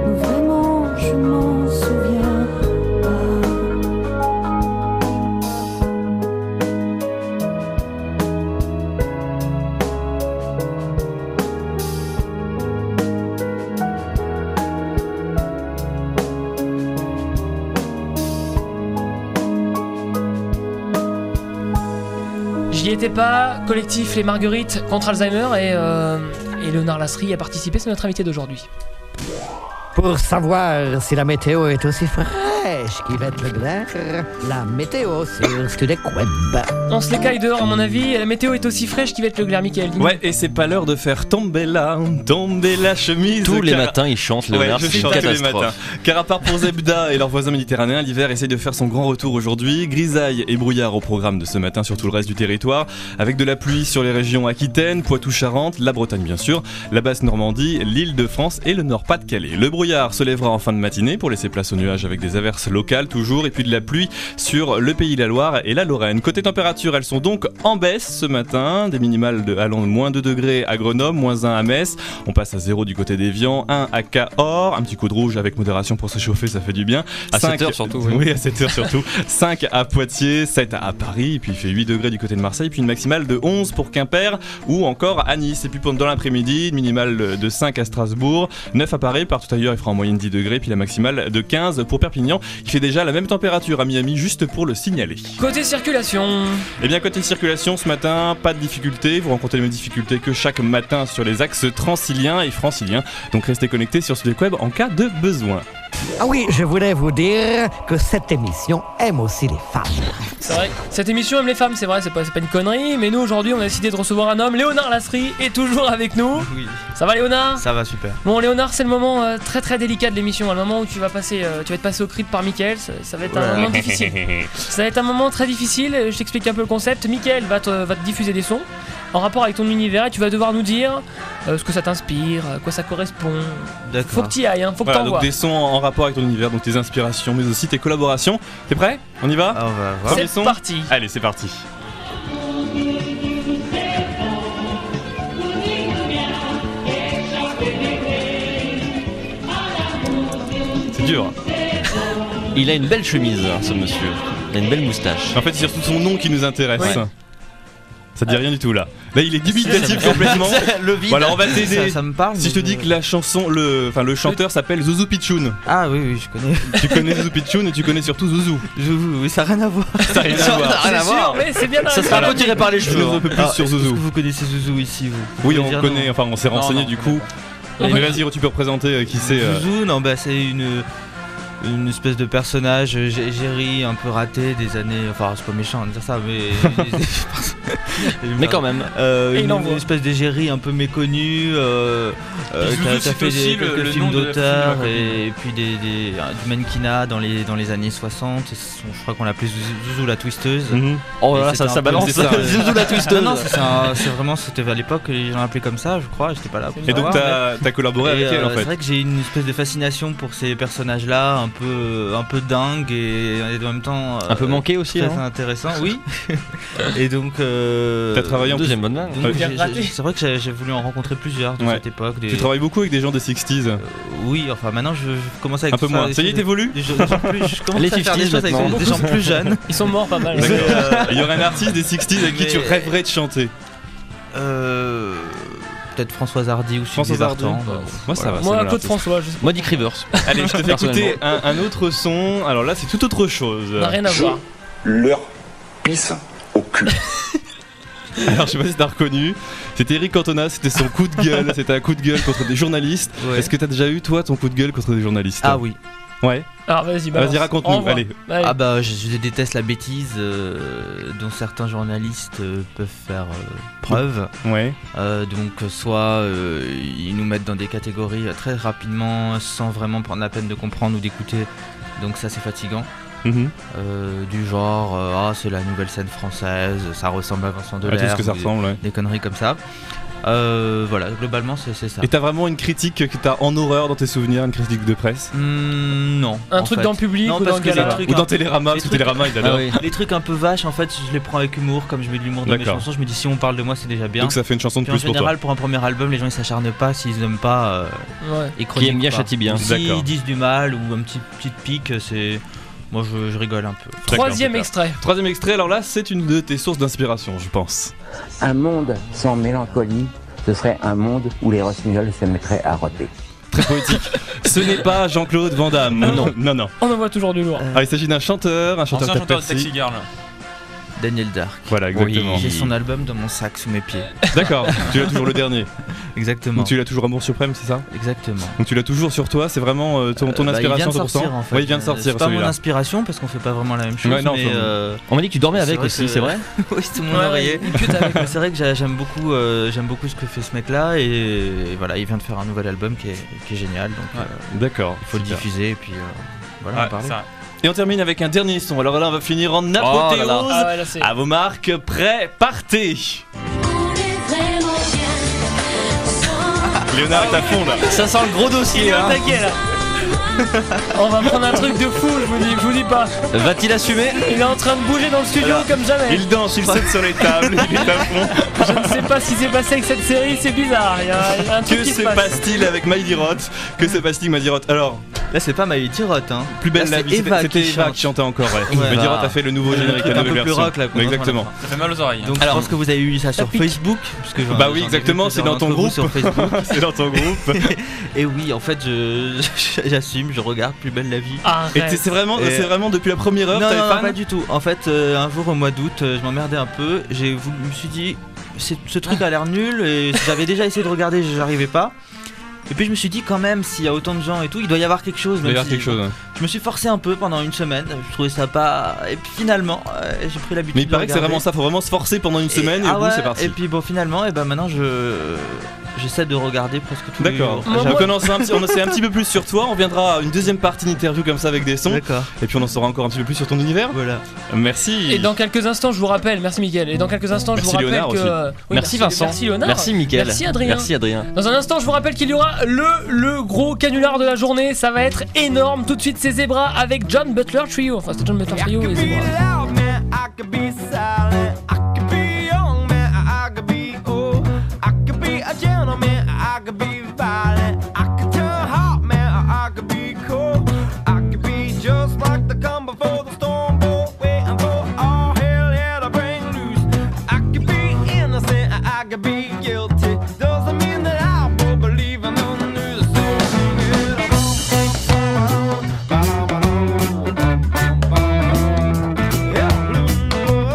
S10: Non, vraiment, je m'en souviens pas.
S1: J'y étais pas, collectif Les Marguerites contre Alzheimer et, euh, et Léonard Lasserie a participé, c'est notre invité d'aujourd'hui.
S2: Pour savoir si la météo est aussi fraîche pêche qui vête le glaire, la météo sur Studek Web.
S1: On se les caille dehors, à mon avis. La météo est aussi fraîche qu'il va être le glaire, Michael. dis-nous.
S3: Ouais, et c'est pas l'heure de faire tomber la, tomber la chemise.
S4: Tous les
S3: car-
S4: matins, il chante
S3: Ouais,
S4: Léonard,
S3: je
S4: c'est une
S3: chante tous les matins.
S4: catastrophe.
S3: Car à part pour Zebda et leurs voisins méditerranéens, l'hiver essaye de faire son grand retour aujourd'hui. Grisaille et brouillard au programme de ce matin sur tout le reste du territoire, avec de la pluie sur les régions Aquitaine, Poitou-Charentes, la Bretagne bien sûr, la Basse-Normandie, l'île de France et le Nord-Pas-de-Calais. Le brouillard se lèvera en fin de matinée pour laisser place aux nuages avec des averses locales toujours et puis de la pluie sur le Pays de la Loire et la Lorraine. Côté température, elles sont donc en baisse ce matin, des minimales de allant de moins 2 degrés à Grenoble, moins 1 à Metz, on passe à 0 du côté des viands, 1 à Cahors, un petit coup de rouge avec modération pour se chauffer, ça fait du bien.
S4: À
S3: 5
S4: 7 heures surtout,
S3: Oui,
S4: oui.
S3: à 7 heures surtout. 5 à Poitiers, 7 à Paris, et puis il fait 8 degrés du côté de Marseille, puis une maximale de 11 pour Quimper ou encore à Nice. Et puis pendant l'après-midi, une minimale de 5 à Strasbourg, 9 à Paris, partout ailleurs il fera en moyenne 10 degrés, puis la maximale de 15 pour Perpignan. Il fait déjà la même température à Miami, juste pour le signaler.
S1: Côté circulation,
S3: Eh bien côté circulation ce matin, pas de difficultés, vous rencontrez les mêmes difficultés que chaque matin sur les axes transiliens et franciliens, donc restez connectés sur ce web en cas de besoin.
S2: Ah oui, je voulais vous dire que cette émission aime aussi les femmes.
S1: c'est vrai. Cette émission aime les femmes, c'est vrai, c'est pas, c'est pas une connerie. Mais nous, aujourd'hui, on a décidé de recevoir un homme. Léonard Lasserie est toujours avec nous.
S9: Oui,
S1: Ça va, Léonard
S9: ça va super.
S1: Bon, Léonard, c'est le moment euh, très très délicat de l'émission. hein, Le moment où tu vas passer, euh, tu vas être passé au crip par Michael. Ça, ça va être un
S4: Oula.
S1: moment difficile.
S9: [laughs]
S1: Ça va être un moment très difficile. euh, Je t'explique un peu le concept. Michael va te, va te diffuser des sons en rapport avec ton univers et tu vas devoir nous dire euh, ce que ça t'inspire, à quoi ça correspond. Faut que
S9: D'accord.
S1: t'y ailles, hein, faut que
S3: Voilà,
S1: t'envoies.
S3: donc des sons en en rapport avec ton univers, donc tes inspirations, mais aussi tes collaborations. T'es prêt On y va
S9: Ah, on va voir.
S3: Premier
S1: C'est
S3: son
S1: parti.
S3: Allez, c'est parti. C'est dur.
S4: Il a une belle chemise, hein, ce monsieur. Il a une belle moustache.
S3: En fait, c'est surtout son nom qui nous intéresse.
S1: Ouais.
S3: Ça te dit rien du tout là. Là, il est dubitatif complètement.
S4: le vide.
S3: Voilà, on va
S9: Ça,
S3: t'aider.
S9: ça me parle.
S3: Si je te
S9: mais
S3: dis que la chanson, le, enfin, le chanteur s'appelle Zouzou Pichoun.
S9: Ah oui, oui, je connais.
S3: Tu connais Zouzou Pichoun et tu connais surtout Zouzou.
S9: Je- oui, ça n'a rien à voir.
S3: Ça a rien à voir.
S1: C'est sûr, mais c'est bien
S4: Ça
S1: d'arriver.
S4: sera un peu tiré par les
S3: Je nous
S4: cheveux.
S3: en
S4: hein.
S3: peux plus sur
S9: Ah, Est-ce que
S3: Zouzou.
S9: vous connaissez Zouzou ici, vous
S3: Oui,
S9: Vous
S3: on
S9: dire
S3: connaît,
S9: non.
S3: enfin, on s'est renseigné
S9: non,
S3: du
S9: on
S3: coup.
S1: connaît pas.
S3: Mais vas-y, tu peux représenter euh, qui c'est. euh,
S9: Zouzou, non, bah c'est une. Une espèce de personnage euh, gé- géri un peu raté des années. Enfin, c'est pas méchant de dire ça, mais.
S4: [laughs] Mais quand même.
S9: Euh,
S1: Et il
S9: une,
S1: envoie.
S9: une espèce d'égérie un peu méconnue, euh, euh,
S3: Zouzou,
S9: qui a- qui a
S3: c'est
S9: fait
S3: aussi
S9: des,
S3: le-
S9: quelques
S3: le nom
S9: films
S3: de la
S9: d'auteur
S3: film de la copine.
S9: et, puis des, des- euh, du mannequinat dans les, dans les années 60. Et son- je crois qu'on l'appelait Zouzou, Zouzou la twisteuse.
S3: mhm.
S4: Oh là
S9: Et
S4: là,
S9: c'était
S4: ça, ça
S9: un peu-
S4: balance.
S9: c'est ça, ouais.
S4: [laughs] Zouzou la
S9: Non,
S4: twisteuse.
S9: non, c'est un- c'est vraiment, c'était à l'époque, les gens l'appelaient comme ça, je crois, j'étais pas là. pour
S3: Et donc,
S9: savoir, mais-
S3: t'as t'as collaboré
S9: et,
S3: avec elle
S9: euh,
S3: en
S9: C'est
S3: fait.
S9: vrai que j'ai une espèce de fascination pour ces personnages-là, un peu, un peu dingue et, et en même temps.
S4: Un peu
S9: euh,
S4: manqué aussi.
S9: Très
S4: hein.
S9: intéressant,
S1: [laughs]
S9: oui. et donc. euh, hein.
S3: T'as travaillé en
S4: Deuxième bonne main.
S9: donc,
S3: Ouais.
S9: j'ai-
S1: Bien raté.
S9: j'ai- C'est vrai que j'ai j'ai voulu en rencontrer plusieurs de
S3: Ouais.
S9: cette époque. Des...
S3: Tu travailles beaucoup avec des gens des 60s.
S9: Euh, Oui, enfin maintenant je, je commence avec
S3: Un peu
S9: faire
S3: moins.
S9: des
S3: Ça y est,
S9: choses-
S3: t'évolues
S9: des choses- des gens plus- je commence
S4: Les
S9: à faire des
S4: 50s
S9: choses avec
S4: maintenant.
S9: des gens
S3: [laughs]
S9: plus jeunes.
S1: Ils sont morts pas mal.
S3: D'accord.
S9: Mais, euh,
S3: Il y aurait un artiste des 60s à qui tu
S9: Mais-
S3: rêverais de chanter.
S9: euh, Peut-être Françoise Hardy ou Sylvie
S3: Françoise Hardy.
S9: Vartan. euh,
S3: Moi, ça va. ça
S1: Bah, Moi,
S3: me
S1: Claude
S3: l'a.
S1: François, je sais
S4: Moi, Dick Rivers.
S3: [laughs] Allez, je te fais
S4: Personnellement.
S3: écouter un, un autre son. Alors là, c'est tout autre chose.
S1: pas, n'a rien à voir.
S12: leur pisse au cul.
S3: Alors, je sais pas si t'as reconnu. C'était Eric Cantona, c'était son coup de
S9: [laughs]
S3: gueule. c'était un coup de gueule contre des journalistes.
S9: Ouais.
S3: Est-ce que t'as déjà eu, toi, ton coup de gueule contre des journalistes
S9: Ah oui.
S3: Ouais.
S1: Alors vas-y, balance.
S3: Vas-y, raconte-nous,
S1: Envoie.
S3: allez.
S9: Ah bah je, je déteste la bêtise euh, dont certains journalistes euh, peuvent faire euh, preuve.
S3: Mmh. Ouais.
S9: Euh, donc euh, soit euh, ils nous mettent dans des catégories euh, très rapidement sans vraiment prendre la peine de comprendre ou d'écouter. Donc ça c'est fatigant.
S3: Mhm.
S9: Euh, du genre euh, ah c'est la nouvelle scène française, ça ressemble à
S3: Ah,
S9: Vincent Delerme.
S3: tout ce que ça
S9: ou des-
S3: ressemble, ouais.
S9: Des conneries comme ça. Euh, voilà, globalement c'est c'est ça.
S3: Et t'as vraiment une critique que t'as en horreur dans tes souvenirs, une critique de presse
S9: Hmm, non.
S1: Un
S9: en
S1: truc
S9: fait.
S1: dans le public
S9: Non,
S1: ou
S9: parce
S1: dans le
S9: que les
S1: gala.
S9: trucs-
S3: Ou dans Télérama, parce que
S9: trucs-
S3: Télérama, ils
S4: Ah
S3: adorent.
S4: oui.
S9: Les trucs un peu vaches en fait je les prends avec humour comme je mets de l'humour dans mes
S3: D'accord.
S9: chansons. Je me dis si on parle de moi c'est déjà bien.
S3: Donc ça fait une chanson de
S9: Puis en
S3: plus pour toi.
S9: général, pour un premier album, les gens ils s'acharnent pas s'ils aiment pas euh,
S1: Ouais.
S9: et
S4: Qui aime
S9: chroniquent
S4: bien
S9: pas.
S4: châtie bien.
S9: Ou S'ils
S3: D'accord.
S9: disent du mal ou un petit petite pique, c'est. Moi je, je rigole un peu.
S3: D'accord,
S1: Troisième
S3: super.
S1: extrait.
S3: Troisième extrait, alors là, c'est une de tes sources d'inspiration, je pense.
S11: Un monde sans mélancolie, ce serait un monde où les rossignols se mettraient à rôter.
S3: Très poétique.
S9: [laughs]
S3: Ce n'est pas Jean-Claude Van Damme.
S1: Non.
S3: non, non.
S1: On envoie toujours du lourd.
S3: Ah, il s'agit d'un Euh, chanteur, un chanteur,
S12: Ancien chanteur de
S3: Taxi.
S12: Taxi Girl.
S9: Daniel Dark.
S3: Voilà, exactement.
S9: J'ai son album dans mon sac sous mes pieds.
S3: D'accord, tu as toujours le dernier.
S9: Exactement.
S3: Donc tu l'as toujours Amour Suprême, c'est ça
S9: Exactement.
S3: Donc tu l'as toujours sur toi, c'est vraiment euh, ton, ton
S9: Euh, bah, il vient
S3: inspiration
S9: de
S3: 100%.
S9: sortir, en fait.
S3: Oui, il vient de
S9: Euh,
S3: sortir
S9: C'est pas mon
S3: celui-là.
S9: inspiration parce qu'on fait pas vraiment la même chose.
S3: Ouais, non,
S9: mais,
S3: enfin,
S9: euh,
S13: On m'a dit que tu dormais avec
S9: vrai
S13: aussi,
S9: que-
S13: c'est vrai
S9: [laughs] Oui, c'était mon
S1: Ouais,
S9: oreiller.
S1: il pute avec.
S9: C'est vrai que j'a- j'aime beaucoup, euh, j'aime beaucoup ce que fait ce mec-là et, et voilà, il vient de faire un nouvel album qui est, qui est génial, donc euh,
S3: D'accord.
S9: il faut le
S3: Super.
S9: diffuser et puis euh, voilà,
S3: Ouais,
S9: on parle. Oh
S13: ça.
S3: Et on termine avec un dernier son. Alors là, on va finir en apothéose.
S1: Ah ouais, là, c'est-
S3: À vos marques, prêts, partez Léonard est à fond là.
S4: Ça sent le gros
S1: Il
S4: dossier.
S1: est au
S4: hein.
S3: [laughs]
S1: taquet, là. On va prendre un truc de fou, je vous dis, je vous dis pas.
S4: Va-t-il assumer
S1: Il est en train de bouger dans le studio
S3: Alors,
S1: comme jamais.
S3: Il danse, il saute sur les tables, il est à fond.
S1: [laughs] Je ne sais pas ce qui s'est passé avec cette série, c'est bizarre. Il y a, il y a un truc
S3: Que
S1: qui
S3: se
S1: se passe.
S3: passe-t-il avec Miley Roth Que se passe-t-il Miley Roth Alors,
S9: Là, c'est pas Maï Tirotte, hein.
S3: plus belle la
S9: Là, c'est
S3: vie, c'était-
S9: Eva
S3: c'était
S9: qui
S3: Eva
S9: chante.
S3: qui chantait encore. Ouais.
S9: Ouais,
S3: Miley
S9: bah.
S3: Roth a fait le nouveau générique, la
S9: un peu
S3: nouvelle
S9: plus
S3: version.
S9: rock là. qu'on
S3: Mais
S9: entend à la
S3: exactement.
S9: fin.
S13: Ça fait mal aux oreilles. hein.
S9: Donc je pense que vous avez eu ça sur
S1: pique.
S9: Facebook, parce que j'en-
S3: Bah oui,
S9: j'en ai
S3: exactement,
S9: quelques-uns
S3: c'est dans ton
S9: d'entre vous
S3: groupe.
S9: sur Facebook.
S3: [laughs] C'est dans ton groupe.
S9: [laughs] et oui, en fait, je- j'assume, je regarde Plus belle la vie.
S3: Et t'es-
S1: Arrête.
S3: c'est vraiment,
S9: Et-
S3: c'est vraiment depuis la première heure,
S9: non,
S3: t'avais
S9: non,
S3: fan
S9: pas du tout. En fait, euh, un jour au mois d'août, euh, je m'emmerdais un peu. J'ai voulu- je me suis dit, c'est- ce truc a l'air nul. Et j'avais déjà essayé de regarder, j'arrivais pas. Et puis je me suis dit, quand même, s'il y a autant de gens et tout, il doit y avoir quelque chose.
S3: Il doit y
S9: même
S3: avoir quelque
S9: si-
S3: chose. hein.
S9: Je me suis forcé un peu pendant une semaine. Je trouvais ça pas. Et puis finalement, euh, j'ai pris l'habitude.
S3: Mais il
S9: de
S3: paraît que c'est
S9: regarder.
S3: vraiment ça, faut vraiment se forcer pendant une semaine et,
S9: ah
S3: au bout
S9: ouais,
S3: c'est
S9: Et
S3: parti.
S9: puis bon, finalement, et ben maintenant, je j'essaie de regarder presque tous les
S3: D'accord.
S9: jours.
S1: Moi,
S3: Donc on en sait un petit, on en sait un petit peu plus sur toi. On viendra à une deuxième partie d'interview comme ça avec des sons.
S9: D'accord.
S3: Et puis on en saura encore un petit peu plus sur ton univers.
S9: Voilà.
S3: Merci.
S1: Et dans quelques instants, je vous rappelle, merci Miguel. Et dans quelques instants,
S3: Merci
S1: je vous rappelle
S3: Léonard
S1: que.
S3: aussi.
S1: euh, oui,
S13: Merci, Vincent.
S1: Merci Léonard.
S13: Merci Mickaël.
S1: Merci, Adrien.
S13: Merci Adrien.
S1: Dans un instant, je vous rappelle qu'il y aura le, le gros canular de la journée. Ça va être énorme. Tout de suite, c'est Zebra avec John Butler Trio. Enfin, c'est John Butler Trio et Zebra.
S11: Yeah.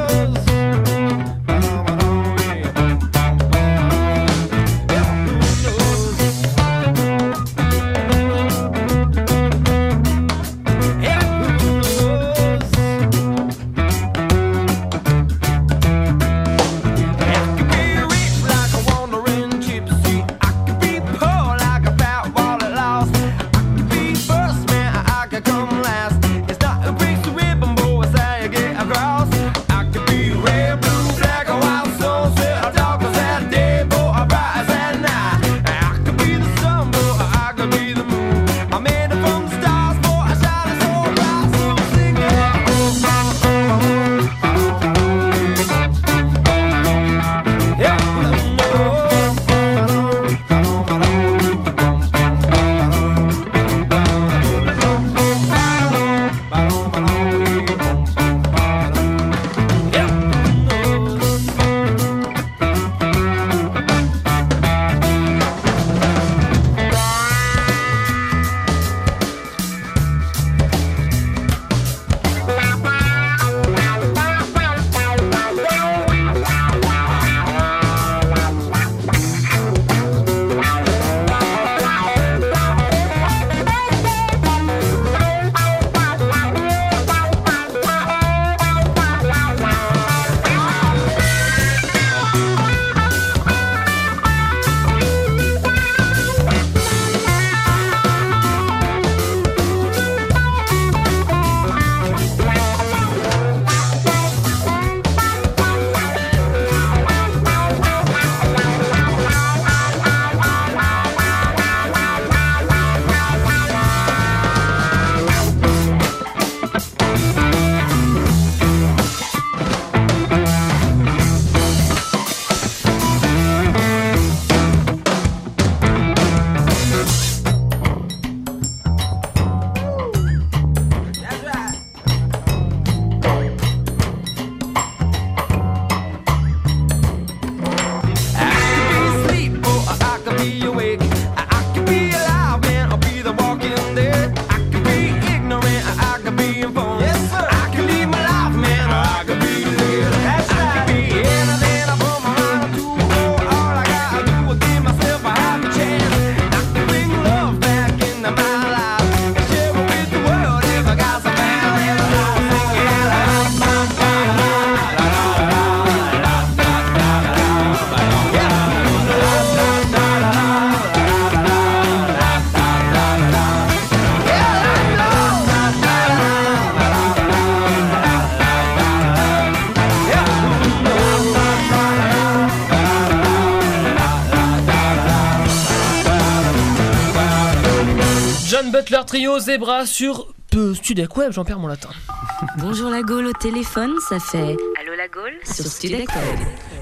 S1: John Butler Trio, Zebra sur Peu Studec Web, j'en perds mon latin.
S13: [laughs] Bonjour la Gaule au téléphone, ça fait Allô la Gaule sur Studec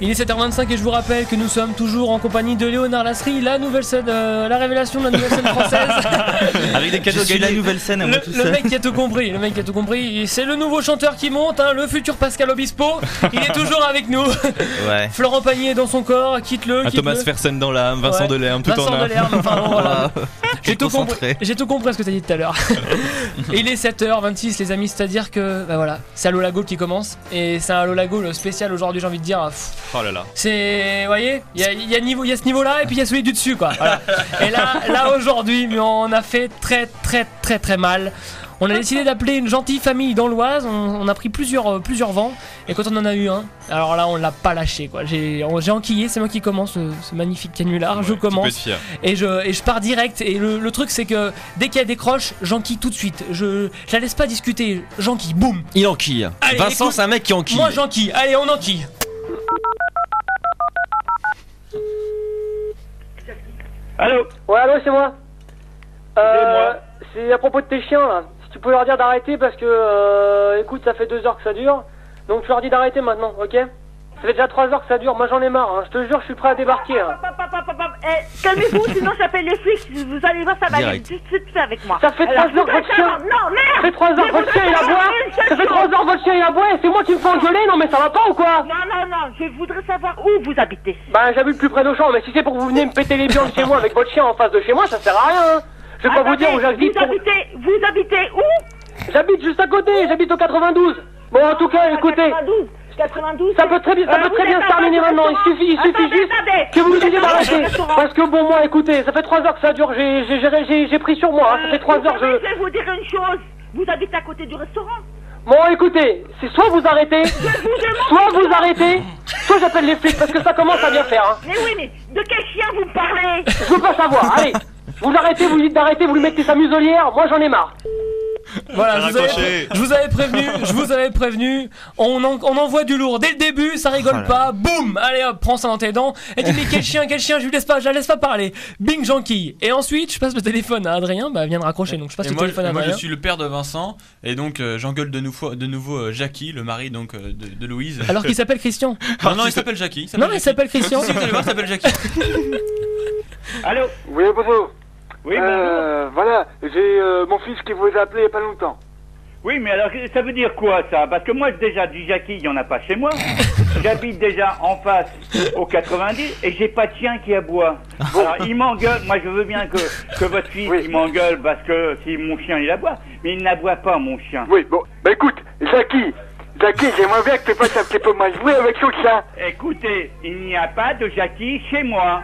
S1: Il est 7h25 et je vous rappelle que nous sommes toujours en compagnie de Léonard Lasserie, la nouvelle scène, euh, la révélation de la nouvelle scène française. [laughs]
S9: Avec des cadeaux
S1: Je suis
S9: gagnés.
S1: la
S9: nouvelle scène,
S1: Le,
S9: [laughs]
S1: le mec qui a tout compris, le mec qui a tout compris, Et c'est le nouveau chanteur qui monte, hein, le futur Pascal Obispo. Il est toujours avec nous.
S4: Ouais.
S1: Florent Pagnier dans son corps, quitte-le.
S3: Un
S1: quitte-le.
S3: Ah, Thomas Fersen dans l'âme, Vincent
S1: Ouais.
S3: Delerme, tout
S1: Vincent
S3: en un.
S1: Delerme, enfin, bon, voilà. J'ai tout, compris,
S3: concentré.
S1: j'ai tout compris à ce que t'as dit tout à l'heure. Et il est 7h26 les amis, c'est-à-dire que bah voilà, c'est Allo la Gaule qui commence et c'est un Allo la Gaule spécial aujourd'hui j'ai envie de dire. Pff,
S3: Oh là là.
S1: C'est, vous voyez, il y a, il y a niveau- il y a ce niveau-là et puis il y a celui du dessus quoi. Voilà. Et là, là aujourd'hui, mais on a fait très très très très mal. On a décidé d'appeler une gentille famille dans l'Oise. On, on a pris plusieurs euh, plusieurs vents et quand on en a eu un, alors là on l'a pas lâché quoi. J'ai on- j'ai enquillé, c'est moi qui commence ce, ce magnifique canular. je
S3: Tu peux
S1: commence
S3: être fier.
S1: et je, et je pars direct. Et le, le truc, c'est que dès qu'elle décroche, j'enquille tout de suite. Je, je la laisse pas discuter. J'enquille, boum.
S4: Il enquille.
S1: Allez,
S4: Vincent,
S1: écoute,
S4: c'est un mec qui enquille.
S1: Moi, j'enquille. Allez, on enquille.
S14: Allô Ouais, allô, c'est moi. Euh, c'est à propos de tes chiens, là. Si tu peux leur dire d'arrêter, parce que, euh, écoute, ça fait deux heures que ça dure. Donc, tu leur dis d'arrêter maintenant, ok Ça fait déjà trois heures que ça dure. Moi, j'en ai marre. hein. Je te jure, je suis prêt à débarquer. hein.
S15: Eh, calmez-vous, sinon j'appelle les flics. Vous allez voir, ça va aller
S14: Direct.
S15: tout de suite fait avec moi.
S14: Ça fait trois
S15: Alors,
S14: heures que votre chien.
S15: non, Non, merde
S14: Ça fait trois
S15: Mais
S14: heures que votre
S15: vous
S14: chien, il
S15: avez
S14: aboie.
S15: une seule
S14: Ça fait
S15: chose.
S14: trois heures que votre chien, il aboie. Et c'est moi qui me fais engueuler. Non, mais ça va pas ou quoi
S15: Non, non, non, je voudrais savoir où vous habitez.
S14: Bah, j'habite plus près d'Auchan, mais si c'est pour que vous venez me péter les viandes chez moi avec votre chien en face de chez moi, ça sert à rien. hein. Je vais pas vous dire où j'habite. Vous habitez, vous habitez où J'habite juste à côté, j'habite au 92. Bon, en tout cas, écoutez.
S15: 92,
S14: Ça peut très bien, ça
S15: Euh,
S14: peut
S15: vous
S14: très
S15: êtes
S14: bien se
S15: dans
S14: terminer
S15: un
S14: maintenant. Il
S15: restaurant.
S14: suffit, il suffit
S15: Attendez,
S14: juste
S15: attendez.
S14: que vous
S15: Vous
S14: nous
S15: êtes dans
S14: ayez
S15: un
S14: d'arrêter.
S15: restaurant.
S14: Parce que bon, moi, écoutez, ça fait trois heures que ça dure. J'ai, j'ai, géré- j'ai, j'ai pris sur moi. hein. Ça fait trois heures.
S15: Je
S14: Je...
S15: vais vous dire une chose. Vous habitez à côté du restaurant.
S14: Bon, écoutez, c'est soit vous arrêtez, soit vous arrêtez, soit j'appelle les flics parce que ça commence à bien faire. hein.
S15: Mais oui, mais de quel chien vous parlez
S14: Je veux pas savoir. Allez, vous arrêtez, vous lui dites d'arrêter, vous lui mettez sa muselière. Moi, j'en ai marre.
S1: Voilà, je vous, avais, je vous avais prévenu, je vous avais prévenu. On, en- on envoie du lourd dès le début, ça rigole
S14: Voilà.
S1: pas. Boum, allez hop, prends ça dans tes dents. Et tu dis quel chien, quel chien, je lui laisse pas, je la laisse pas parler. Bing, j'enquille. Et ensuite, je passe le téléphone à Adrien, bah il vient de raccrocher, donc je passe
S6: Et
S1: le
S6: moi,
S1: téléphone à
S6: et moi,
S1: Adrien.
S6: je suis le père de Vincent et donc euh, j'engueule de, nou- fois- de nouveau euh, Jackie, le mari donc euh, de, de Louise.
S1: Alors
S6: [laughs]
S1: qu'il s'appelle Christian.
S6: Non, non, il s'appelle Jackie.
S1: Non, il s'appelle Christian.
S6: Si, vous allez voir, il s'appelle Jackie.
S1: [laughs]
S14: Allô Oui, bonjour. Oui,
S16: bah,
S14: Euh, Voilà, j'ai euh, mon fils qui vous a appelé il n'y a pas longtemps.
S16: Oui, mais alors ça veut dire quoi ça Parce que moi déjà du Jackie, il n'y en a pas chez
S14: [laughs]
S16: moi. J'habite déjà en face au 90 et j'ai pas de chien qui aboie. Alors il m'engueule, moi je veux bien que, que votre fils il m'engueule parce que si mon chien il aboie, mais il n'aboie pas mon chien.
S14: Oui, bon, bah écoute, Jackie, Jackie, j'aimerais bien que tu fasses un petit peu moins jouer avec son chien.
S16: Écoutez, il n'y a pas de Jackie chez moi.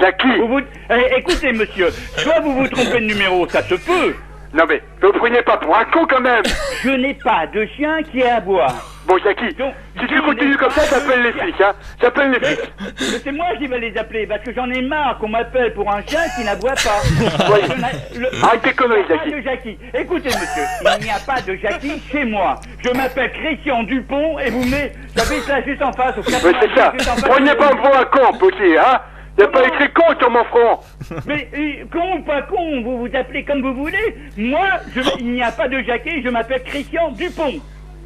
S16: Jackie vous vous... Eh, Écoutez monsieur, soit vous vous trompez de numéro, ça se peut. Non mais, ne prenez pas pour un con quand même Je n'ai pas de chien qui aboie. Bon Jackie, si tu continues comme ça, j'appelle les flics, hein J'appelle les flics Mais c'est moi qui vais les appeler, parce que j'en ai marre qu'on m'appelle pour un chien qui n'aboie pas Je n'a- le-
S14: Arrête tes conneries,
S16: Il n'y a pas de Jackie Écoutez monsieur, il n'y a pas de Jackie chez moi Je m'appelle Christian Dupont et vous venez... J'habite là juste en face, au
S14: Mais c'est ça,
S16: 90, juste en face.
S14: prenez pas pour un con, petit, hein Y'a pas écrit con sur mon front
S16: Mais euh, con ou pas con, vous vous appelez comme vous voulez. Moi, je, il n'y a pas de jaquet, je m'appelle Christian Dupont.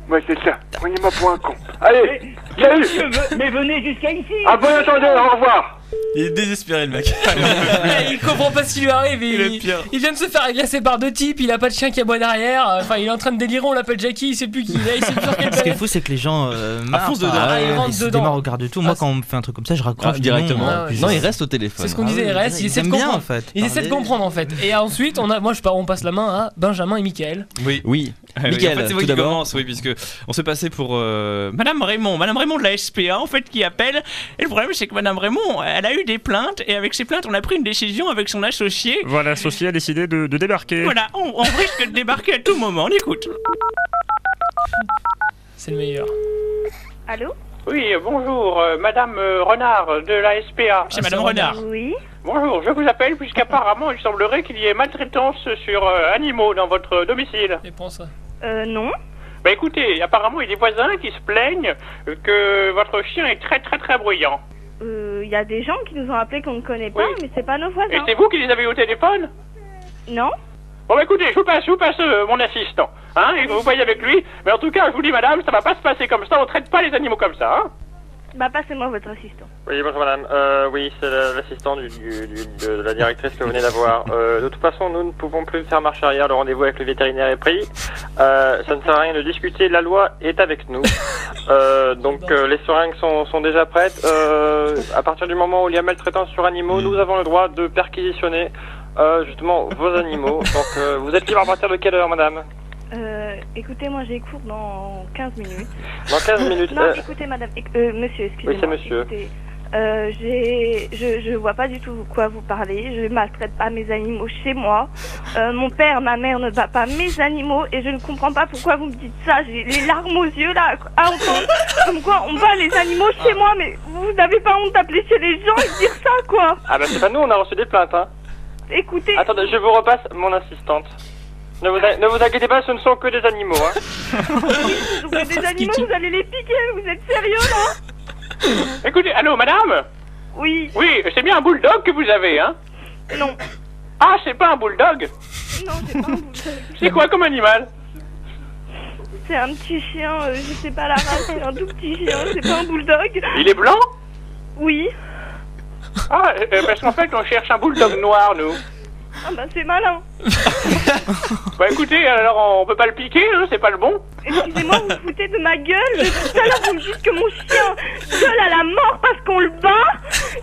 S14: Ouais, c'est ça, prenez-moi pour un con. Allez,
S16: Mais,
S14: salut
S16: je veux- mais venez jusqu'à ici.
S14: À bon entendeur, au revoir
S6: Il est désespéré le
S1: [laughs]
S6: mec.
S1: Eh, il comprend pas ce qui lui arrive. Il,
S6: est pire.
S1: il vient de se faire agresser par deux types. Il a pas de chien qui aboie derrière. Enfin, il est en train de délirer. On l'appelle Jackie. Il sait plus qui il est. Il sait plus sur quelle
S9: Ce qui est
S1: planète.
S9: fou, c'est que les gens euh, marrent,
S1: fonce dedans.
S9: enfin,
S1: Ah, ils
S9: ouais,
S1: rentrent
S9: se
S1: dedans. Ah,
S9: démarrent au garde de tout. Moi, quand on me fait un truc comme ça, je raccroche
S4: Ah, directement.
S9: non,
S4: Ah,
S9: puis
S4: ouais.
S9: je-
S4: Non, il reste au téléphone.
S1: C'est ce qu'on
S9: Ah
S1: disait,
S9: oui,
S1: il reste,
S9: ils
S1: il essaie de
S9: aiment bien,
S1: comprendre.
S9: en fait. Ah,
S1: il essaie
S9: Parler.
S1: de comprendre en fait. Et ensuite, on a, moi je, pars- on passe la main à Benjamin et Michael.
S3: [laughs] Oui.
S4: Oui.
S3: Ah oui,
S4: Mickaël,
S3: en fait, c'est moi
S4: tout
S3: qui
S4: d'abord.
S3: commence, oui, puisque on s'est passé pour euh, Madame Raymond, Madame Raymond de la SPA, en fait, qui appelle. Et le problème, c'est que Madame Raymond, elle a eu des plaintes, et avec ces plaintes, on a pris une décision avec son associé.
S17: Voilà, Sophie a décidé de, de débarquer.
S3: Voilà, on, on risque de débarquer à tout moment, on écoute.
S1: C'est le meilleur.
S15: Allô
S18: Oui, bonjour, euh, Madame euh, Renard de la SPA.
S15: C'est Madame Renard. Oui.
S18: Bonjour, je vous appelle puisqu'apparemment il semblerait qu'il y ait maltraitance sur euh, animaux dans votre domicile.
S1: Et ça.
S15: Euh, non.
S18: Bah écoutez, apparemment il y a des voisins qui se plaignent euh, que votre chien est très très très bruyant.
S15: Il Euh, y a des gens qui nous ont appelés qu'on ne connaît pas, mais c'est pas nos
S18: Et
S15: voisins.
S18: c'est vous qui les avez eu au téléphone
S15: Ah, Non
S18: Bon, bah, écoutez, je vous passe, je vous passe euh, mon assistant. Hein, et vous voyez avec lui. Mais en tout cas, je vous dis, madame, ça va pas se passer comme ça. On traite pas les animaux comme ça, hein.
S15: Bah, passez-moi votre assistant.
S19: Oui, bonjour madame. Euh, oui, c'est le- l'assistant du, du- du- de de la directrice que vous venez d'avoir. Euh, de toute façon, nous ne pouvons plus faire marche arrière. Le rendez-vous avec le vétérinaire est pris. Euh, ça ne sert à rien de discuter. La loi est avec nous. Euh, donc, euh, les seringues sont, sont déjà prêtes. Euh, à partir du moment où il y a maltraitance sur
S3: Mm.
S19: animaux, nous avons le droit de perquisitionner euh, justement vos animaux. Donc, euh, vous êtes libre à partir de quelle heure, madame
S15: Euh, écoutez, moi j'ai cours dans 15 minutes.
S19: Dans 15 minutes,
S15: Non,
S19: euh,
S15: écoutez, madame. éc- euh, monsieur, excusez-moi.
S19: Oui, c'est monsieur.
S15: écoutez, euh, j'ai- je, je vois pas du tout quoi vous parlez. Je maltraite pas mes animaux chez moi. Euh, mon père, ma mère ne bat pas mes animaux et je ne comprends pas pourquoi vous me dites ça. J'ai les larmes aux yeux là à entendre. Comme quoi on bat les animaux
S19: Ah.
S15: chez moi, mais vous n'avez pas honte d'appeler chez les gens et de dire ça quoi.
S19: Ah, bah, c'est pas nous, on a reçu des plaintes, hein.
S15: Écoutez.
S19: Attendez, je vous repasse mon assistante. Ne vous, a- ne vous inquiétez pas, ce ne sont que des animaux. Hein.
S15: Vous avez des animaux, vous allez les piquer. Vous êtes sérieux là
S18: Écoutez, allô, madame
S15: Oui.
S18: Oui, c'est bien un bulldog que vous avez, hein
S15: Non.
S18: Ah, c'est pas un bulldog
S15: Non, j'ai pas envie.
S18: C'est quoi comme animal
S15: C'est un petit chien, euh, je sais pas la race, c'est un tout petit chien, c'est pas un bulldog.
S18: Il est blanc
S15: Oui.
S18: Ah, euh, parce qu'en fait, on cherche un bulldog noir, nous.
S15: Ah bah c'est malin.
S18: Bah écoutez, alors on peut pas le piquer, hein, c'est pas le bon.
S15: Excusez-moi, vous vous foutez de ma gueule. Depuis tout à l'heure, vous me dites que mon chien gueule à la mort parce qu'on le bat.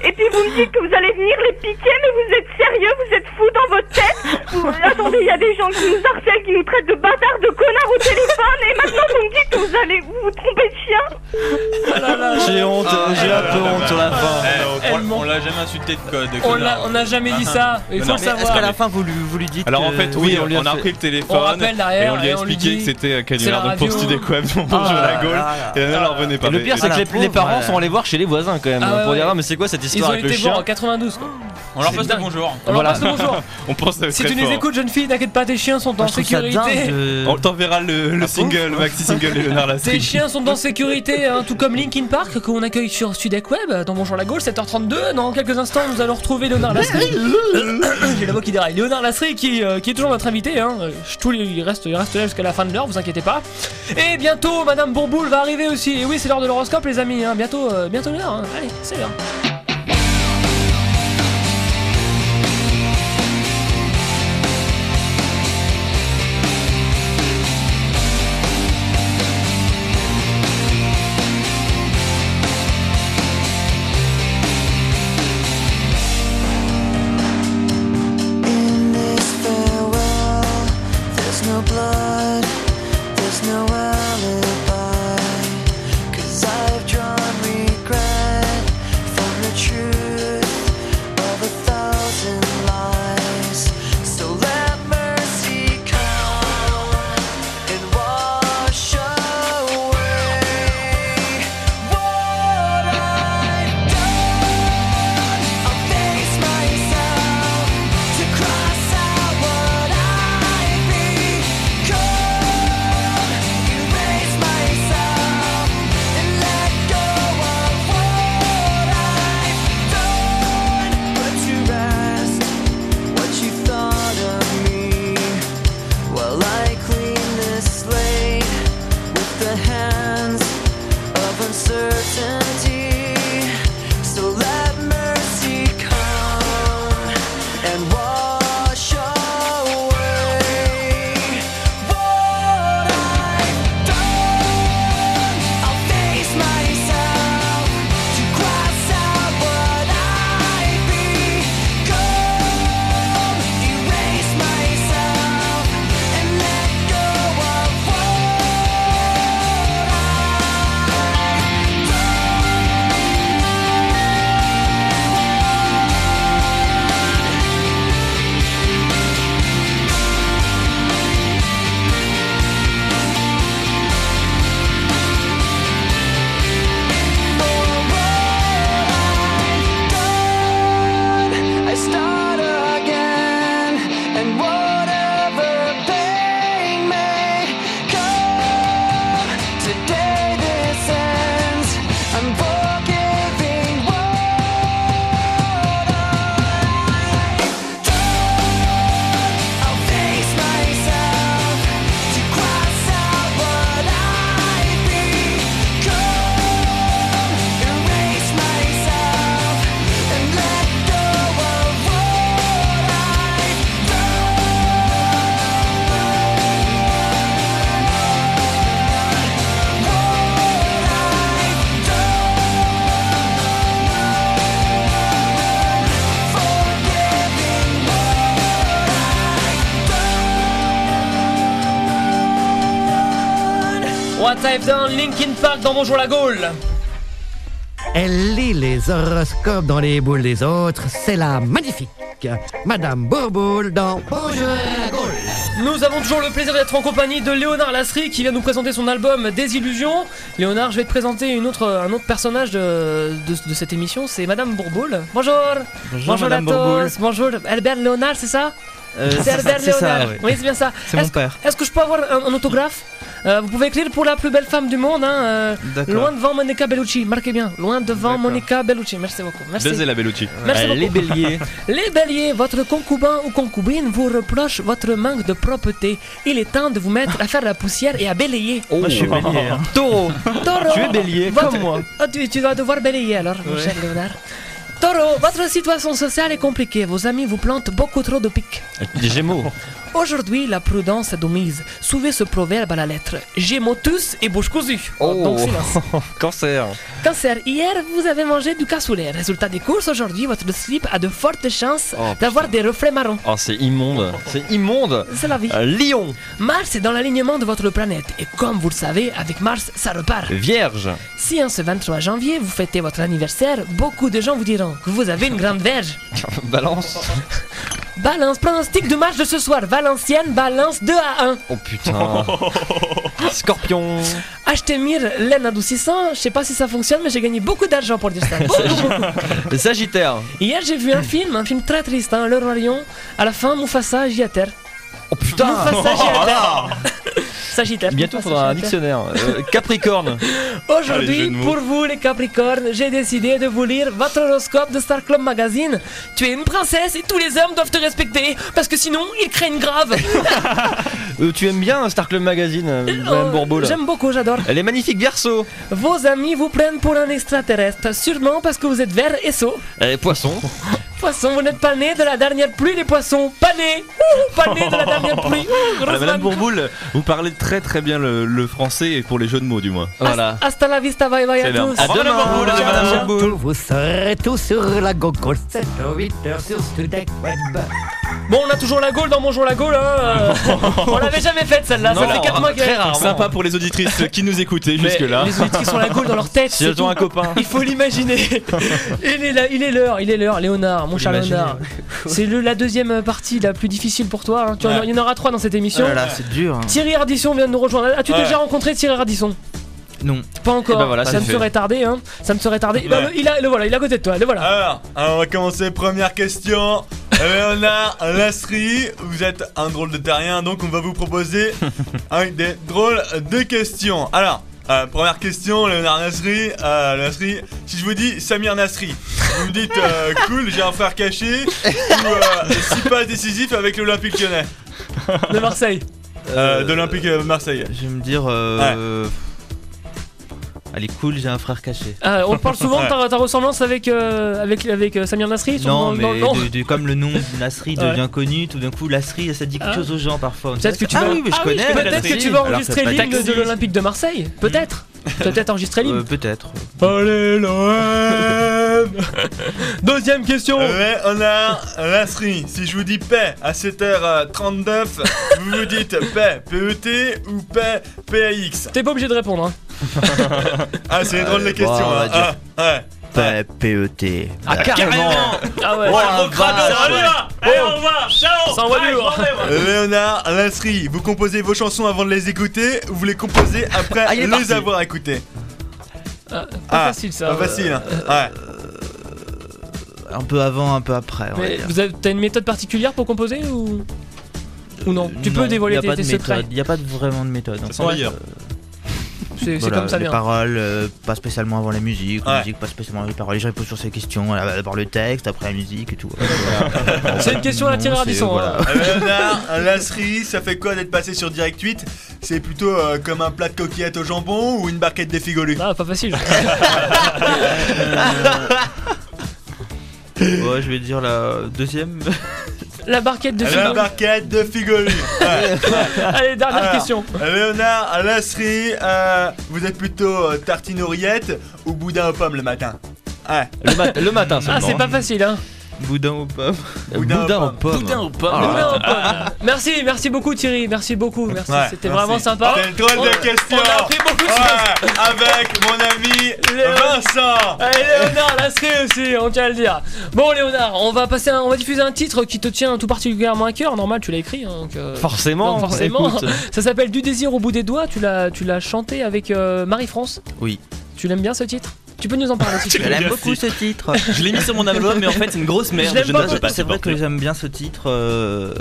S15: Et puis vous me dites que vous allez venir les piquer, mais vous êtes sérieux, vous êtes fous dans votre tête. Vous- Attendez, il y a des gens qui nous harcèlent, qui nous traitent de bâtards, de connards au téléphone. Et maintenant, vous me dites que vous allez vous, vous tromper de chien.
S6: [laughs] J'ai honte, j'ai un peu honte à la fin.
S1: Elle
S6: Eh, on l'a jamais insulté de code.
S1: On
S6: connard. Ah,
S1: l'a- on n'a jamais dit ça, Ah, il
S6: Non,
S1: faut
S6: non.
S1: le savoir.
S6: Est-ce qu'à la
S1: fin,
S4: vous lui, vous lui dites
S3: Alors en fait, oui, on, a repris le téléphone
S1: On rappelle derrière
S3: et on lui a
S1: et on lui
S3: expliqué
S1: dit,
S3: que c'était euh,
S1: c'est la
S3: Canular, donc
S1: radio.
S3: pour Studio Web, donc bonjour
S1: Ah,
S3: la Gaule.
S1: là,
S3: Et elle ne leur venait pas.
S4: Et le pire, c'est que les, les parents sont allés voir chez les voisins quand même
S1: Ah ouais,
S4: pour dire
S1: ouais.
S4: ah, mais c'est quoi cette
S1: Ils
S4: histoire
S1: ont
S4: avec le
S1: été
S4: chien
S1: bons en 92 quoi.
S6: On leur
S1: C'est
S6: passe le
S1: dingue.
S6: bonjour.
S1: On leur passe le bonjour.
S3: [laughs] On pense à
S1: Si
S3: très
S1: tu nous
S3: fort.
S1: écoutes, jeune fille, t'inquiète pas, tes chiens sont en sécurité.
S3: On t'enverra le, le single, le maxi single de Léonard
S1: Tes
S3: Lastry.
S1: chiens sont en sécurité, hein, tout comme Linkin Park qu'on accueille sur Sudec Web dans Bonjour la Gaule, 7h32. Dans quelques instants, nous allons retrouver Léonard Lasserie. [coughs] J'ai la voix qui déraille. Léonard Lasserie qui, euh, qui est toujours notre invité. Hein. Euh, je- tous les- il, reste, il reste là jusqu'à la fin de l'heure, vous inquiétez pas. Et bientôt, Madame Bourboule va arriver aussi. Et oui, c'est l'heure de l'horoscope, les amis. hein. Bientôt, euh, bientôt l'heure. hein. Allez, c'est l'heure.
S11: This farewell, there's no blood, there's no alibi. Cause I've drawn regret from the
S1: What I've done, Linkin Park dans Bonjour la Gaule.
S2: Elle lit les horoscopes dans les boules des autres, c'est la magnifique Madame Bourboule dans Bonjour la Gaule.
S1: Nous avons toujours le plaisir d'être en compagnie de Léonard Lasserie qui vient nous présenter son album Désillusion. Léonard, je vais te présenter une autre, un autre personnage de, de- de cette émission, c'est Madame Bourboule. Bonjour
S9: Bonjour, Madame
S1: à tous.
S9: Bourboule.
S1: Bonjour, Albert Léonard, c'est ça
S9: Euh,
S1: C'est
S9: c'est-
S1: Albert
S9: c'est ça,
S1: Léonard.
S9: oui.
S1: oui, c'est bien ça.
S9: C'est mon
S1: Est-ce-
S9: père.
S1: Est-ce que je peux avoir un, un autographe Euh, Vous pouvez écrire pour la plus belle femme du monde, hein, euh,
S4: D'accord.
S1: loin devant Monica Bellucci. Marquez bien, loin devant Monica Bellucci. Merci beaucoup. Merci.
S3: Baisez la Bellucci.
S1: Merci beaucoup.
S4: les
S1: [laughs]
S4: béliers.
S1: Les béliers, votre concubin ou concubine vous reproche votre manque de propreté. Il est temps de vous mettre à faire la poussière et à balayer.
S4: Moi, je suis bélier, hein.
S1: [laughs] Taureau. Taureau.
S4: Tu es bélier,
S1: votre-
S4: comme moi.
S1: Ah, tu, tu vas devoir balayer alors, mon
S4: Ouais.
S1: cher Léonard. Taureau, votre situation sociale est compliquée. Vos amis vous plantent beaucoup trop de piques.
S4: Des gémeaux.
S1: Aujourd'hui, la prudence est de mise. Suivez ce proverbe à la lettre. Gémotus et bouche cousue. Ah, Donc silence.
S4: Oh. [laughs] Cancer.
S1: Cancer, hier vous avez mangé du cassoulet. Résultat des courses, aujourd'hui votre slip a de fortes chances
S4: Oh,
S1: d'avoir des reflets marrons.
S4: Oh, c'est immonde. C'est immonde.
S1: C'est la vie.
S4: Euh, Lion.
S1: Mars est dans l'alignement de votre planète et comme vous le savez, avec Mars, ça repart.
S4: Vierge.
S1: Si en ce 23 janvier vous fêtez votre anniversaire, beaucoup de gens vous diront que vous avez une grande verge.
S4: [laughs] Balance.
S1: Balance, pronostic de match de ce soir. Valenciennes, balance 2 à 1.
S4: Oh
S1: [laughs]
S4: putain. Scorpion.
S1: Achetemir laine adoucissant, je sais pas si ça fonctionne, mais j'ai gagné beaucoup d'argent pour dire
S4: [laughs]
S1: ça. Beaucoup, beaucoup.
S4: Sagittaire.
S1: Hier, j'ai vu un film, un film très triste, hein, Le Roi Lion. À la fin, Mufasa gît à terre.
S4: Oh putain
S1: Mufasa gît à terre. Sagittaire.
S4: Bientôt,
S1: Mufasa
S4: faudra un
S1: gît à terre.
S4: dictionnaire. Euh, Capricorne. Ah, les
S1: [laughs] Aujourd'hui,
S4: jeux de mots.
S1: pour vous les Capricornes, j'ai décidé de vous lire votre horoscope de Star Club Magazine. Tu es une princesse et tous les hommes doivent te respecter parce que sinon, ils
S3: [laughs]
S1: craignent grave.
S4: Euh, tu aimes bien Star Club Magazine, euh, Madame Bourbeau, là
S1: Oh, J'aime beaucoup, j'adore.
S4: Elle est magnifique, Verseau.
S1: Vos amis vous prennent pour un extraterrestre, sûrement parce que vous êtes vert et saut.
S4: Elle est poisson.
S1: Poisson, vous n'êtes pas né de la dernière pluie, les poissons. Pas
S3: [laughs]
S1: né. Ouh, pas né de la dernière pluie. Ouh, oh, grosse
S3: Ah, Madame
S1: vanne.
S3: Bourboule, vous parlez très très bien le, le français et pour les jeux de mots du moins.
S4: Ah, Voilà.
S1: Hasta la vista, bye bye à
S3: C'est bien.
S1: tous.
S3: À demain.
S2: Bonjour,
S3: Bonjour, madame
S2: Vous serez tous sur la gogole 7 8 heures sur Studec Web.
S1: Bon, on a toujours la Gaule dans Bonjour la Gaule.
S3: [laughs]
S1: hein, euh, on l'avait jamais faite celle-là, ça fait 4 mois qu'elle est.
S3: Sympa pour les auditrices qui nous écoutaient
S4: Mais
S3: jusque-là.
S1: les auditrices ont la Gaule dans leur tête.
S4: Si
S1: c'est
S4: elles ont
S1: tout.
S4: un copain.
S1: Il
S9: [laughs]
S1: faut l'imaginer. Il est là, il est l'heure, il est l'heure, Léonard, mon cher
S9: [laughs]
S4: l'imaginer.
S1: Léonard. C'est le- la deuxième partie la plus difficile pour toi. hein. Tu en-
S9: Ouais.
S1: Il y en aura trois dans cette
S9: Oh
S1: émission.
S9: là là, c'est dur. hein.
S1: Thierry Ardisson vient de nous rejoindre. As-tu
S9: Ouais.
S1: déjà rencontré Thierry Ardisson
S9: Non.
S1: Pas encore.
S9: Eh ben voilà,
S1: ça
S9: c'est
S1: me
S9: fait.
S1: serait tardé. Hein. Ça me serait tardé. Eh ben,
S8: Ouais.
S1: le- il a, le voilà, il est à côté de toi. Le voilà.
S8: Alors, alors, on va commencer. Première
S1: [laughs]
S8: question. Léonard Lasserie, vous êtes un drôle de terrien, donc on va vous
S1: [laughs]
S8: proposer un des drôles de questions. Alors, euh, première question, Léonard Lasserie. euh, Lasserie, si je vous dis Samir Nasri, vous me dites
S1: [laughs]
S8: euh, cool, j'ai un frère caché, ou euh, six passes décisifs avec l'Olympique lyonnais.
S1: De Marseille.
S8: Euh, de l'Olympique euh, Marseille.
S9: Je vais me dire. euh, Elle est cool, j'ai un frère caché.
S1: Ah, on parle souvent de ta, ta ressemblance avec, euh, avec, avec euh, Samir Nasri surtout
S9: Non,
S1: dans-
S9: mais
S1: dans le nom.
S9: de- de- comme le
S1: [laughs]
S9: nom de Nasri
S1: Ouais.
S9: devient connu, tout d'un coup, Nasri, ça dit quelque
S1: Ah.
S9: chose aux gens parfois.
S1: Peut-être que tu
S9: ah
S1: vas,
S9: oui, mais je
S1: Ah oui,
S9: connais.
S1: peut-être que tu vas enregistrer l'hymne de l'Olympique de Marseille. Peut-être. Tu vas peut-être enregistrer l'hymne.
S9: Euh, Peut-être.
S1: Allez l'OM [laughs] Deuxième question
S8: Léonard Lasserie, si je vous dis paix à 7h39, vous vous dites paix PET ou paix PAX
S1: T'es pas obligé de répondre. Hein.
S8: Ah, c'est drôle les
S9: Ouais, bon,
S8: questions.
S9: on va
S8: hein.
S9: dire. E
S8: Ah, ouais.
S9: Pas
S4: E
S9: PET.
S8: Ah, carrément.
S1: Ah
S8: ouais.
S9: Oh, la vache.
S8: Allez,
S1: au revoir Ciao Ça envoie lourd
S8: Léonard Lasserie, vous composez vos chansons avant de les écouter ou vous les composez après
S1: Ah, il est
S8: les
S1: parti.
S8: avoir écoutées
S1: Ah, Pas
S8: Ah,
S1: facile ça.
S8: Pas facile, hein. ouais.
S9: Un peu avant, un peu après. on va
S1: Mais
S9: dire.
S1: vous avez- t'as une méthode particulière pour composer ou ou non Tu peux
S9: Non, y
S1: dévoiler
S9: a
S1: tes,
S9: pas
S1: tes
S9: de
S1: secrets.
S9: méthode, Il n'y a pas de- vraiment de méthode. en
S1: sent
S9: fait.
S1: meilleur. C'est c'est
S9: Voilà,
S1: comme ça
S9: les
S1: vient.
S9: paroles, euh, pas spécialement avant la musique, la
S1: Ouais.
S9: musique pas spécialement avant les paroles. Les gens ils posent sur ces questions, voilà, d'abord le texte, après la musique et tout.
S1: [laughs] C'est une question à la Thierry Ardisson, hein.
S8: Eh Léonard Euh, Lasserie, ça fait quoi d'être passé sur Direct 8 C'est plutôt euh, comme un plat de coquillettes au jambon ou une barquette Euh, défigolée
S1: Ah, pas facile.
S9: ouais, je vais dire la deuxième. [laughs]
S1: La barquette de
S8: La
S1: Figaro.
S8: barquette de Figoli.
S1: [laughs] Allez, dernière question.
S8: Léonard Lasserie, euh, vous êtes plutôt euh, tartine aux rillettes ou boudin aux pommes le matin Ouais.
S4: Le, mat- le matin
S1: Ah,
S4: seulement.
S1: c'est pas facile hein.
S9: Boudin aux pommes.
S4: Boudin aux pommes.
S9: Boudin aux pommes.
S4: Ah,
S1: Boudin aux
S4: ah.
S1: pommes. Merci, merci beaucoup Thierry, merci beaucoup, merci,
S8: Ouais,
S1: c'était
S8: merci.
S1: vraiment sympa.
S8: C'était une drôle de
S1: On-
S8: question.
S1: On a appris beaucoup de
S8: Ouais,
S1: choses. Ah,
S8: avec mon ami Vincent.
S1: Et Léonard Lastré aussi, on tient à le dire. Bon Léonard, on va passer, un- on va diffuser un titre qui te tient tout particulièrement à cœur. Normal, tu l'as écrit, hein, donc, euh,
S4: Forcément,
S1: donc forcément.
S4: écoute.
S1: Ça s'appelle Du désir au bout des doigts. Tu l'as, tu l'as chanté avec euh, Marie-France.
S9: Oui.
S1: Tu l'aimes bien ce titre Tu peux nous en parler si tu veux.
S9: titre.
S1: [laughs] Je l'ai mis sur mon album, mais en fait, c'est une grosse merde, Je l'aime je ne pas peux beaucoup. pas
S9: C'est vrai que
S1: supporter.
S9: j'aime bien ce titre, euh,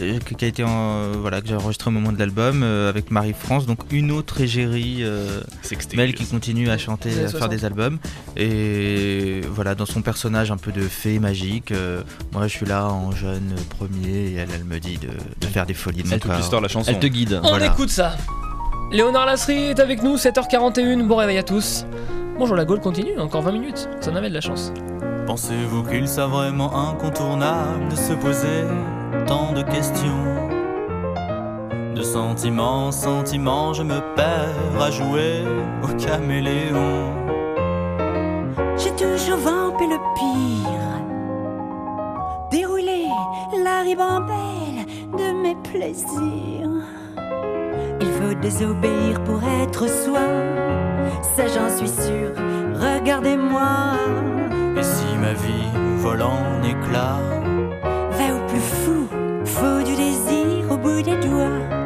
S9: euh, que- qui a été en- voilà que j'ai enregistré au moment de l'album euh, avec Marie France, donc une autre égérie, euh, mais elle qui continue à chanter,
S1: Des
S9: à
S1: années
S9: faire
S1: 60.
S9: des albums, et voilà dans son personnage un peu de fée magique. euh, moi, je suis là en jeune premier, et elle, elle me dit de, de faire des folies. de
S4: C'est
S9: mon
S4: toute
S9: corps.
S4: l'histoire de la chanson.
S9: Elle te guide.
S1: On
S9: voilà.
S1: écoute ça. Léonard Lasserie est avec nous, 7h41, bon réveil à tous. Bonjour la Gaule continue, encore 20 minutes, ça en avait de la chance.
S20: Pensez-vous qu'il soit vraiment incontournable de se poser tant de questions De sentiments, en sentiments, je me perds à jouer au caméléon.
S10: J'ai toujours vampé le pire. Déroulé la ribambelle de mes plaisirs. Il faut désobéir pour être soi. Ça, j'en suis sûre. Regardez-moi.
S20: Et si ma vie vole en éclats
S10: Va au plus fou. Faut du désir au bout des doigts.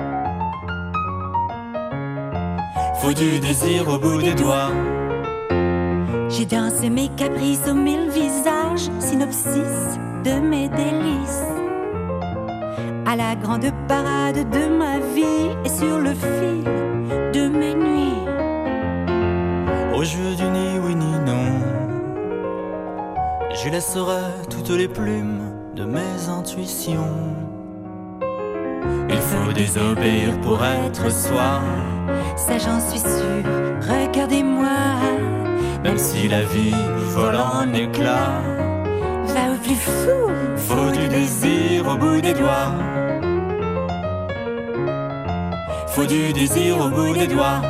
S20: Faut du désir au bout des doigts.
S10: J'ai dansé mes caprices aux mille visages, synopsis de mes délices. À la grande parade de ma vie et sur le fil de mes nuits.
S20: Au jeu du ni oui ni non. Je laisserai toutes les plumes de mes intuitions. Il faut désobéir pour être soi,
S10: Ça, j'en suis sûre, regardez-moi.
S20: même si la vie vole en éclats.
S10: Va au plus fou,
S20: Faut du désir au bout des doigts. Faut du désir au bout des doigts.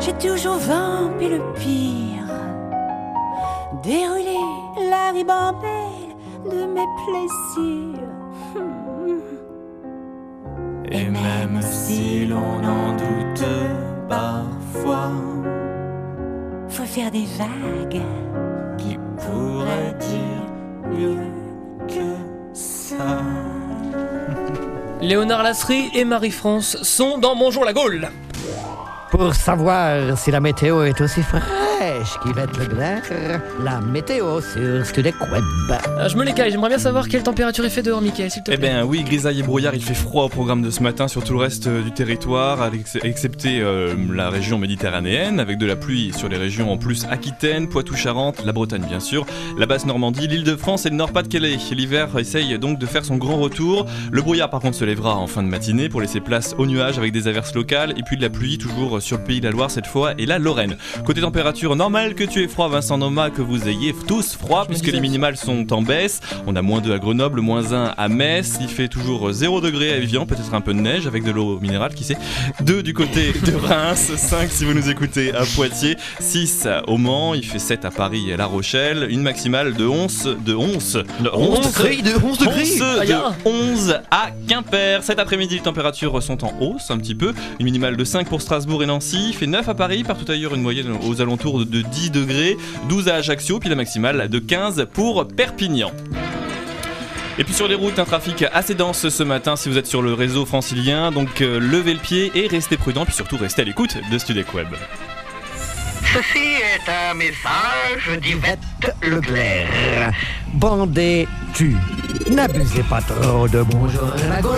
S10: J'ai toujours vampé le pire. Déroulé la ribambelle de mes plaisirs. Hmm.
S20: Et même si l'on en doute parfois,
S10: Faut faire des vagues.
S20: qui pourrait dire mieux que ça?
S1: Léonard Lasserie et Marie-France sont dans Bonjour la Gaule.
S2: Pour savoir si la météo est aussi fraîche qu'il est le glaire, la météo sur Studec Web.
S1: Euh, je me les caille, j'aimerais bien savoir quelle température il fait dehors, Mickaël, s'il te
S3: Eh
S1: plaît.
S3: ben oui, grisaille et brouillard, il fait froid au programme de ce matin sur tout le reste euh, du territoire, à l'ex- excepté euh, la région méditerranéenne, avec de la pluie sur les régions en plus Aquitaine, Poitou-Charentes, la Bretagne bien sûr, la basse Normandie, l'Île-de-France et le Nord-Pas-de-Calais. L'hiver essaye donc de faire son grand retour. Le brouillard par contre se lèvera en fin de matinée pour laisser place aux nuages avec des averses locales et puis de la pluie toujours sur le pays de la Loire cette fois et la Lorraine. Côté température, normal que tu aies froid, Vincent Noma, que vous ayez tous froid puisque les minimales sont en baisse. On a moins 2 à Grenoble, moins 1 à Metz. Il fait toujours 0 degré à Evian, peut-être un peu de neige avec de l'eau minérale, qui sait. 2 du
S20: [laughs]
S3: côté de Reims, 5 si vous nous écoutez à Poitiers, 6 au Mans, il fait 7 à Paris et à La Rochelle. Une maximale de 11 de 11
S20: 11 degrés, de 11 degrés.
S3: 11
S20: Ah,
S3: de
S20: ya.
S3: 11 à Quimper. Cet après-midi, les températures sont en hausse un petit peu. Une minimale de 5 pour Strasbourg et Nancy. Il fait 9 à Paris. Partout ailleurs, une moyenne aux alentours de 10 degrés. 12 à Ajaccio, puis la maximale de 15 pour Perpignan. Et puis sur les routes, un trafic assez dense ce matin si vous êtes sur le réseau francilien. Donc euh, levez le pied et restez prudent, puis surtout restez à l'écoute de Studec Web.
S21: Ceci est un message d'Yvette Leclerc.
S2: Bandez tu. N'abusez pas trop de bonjour la Gaule.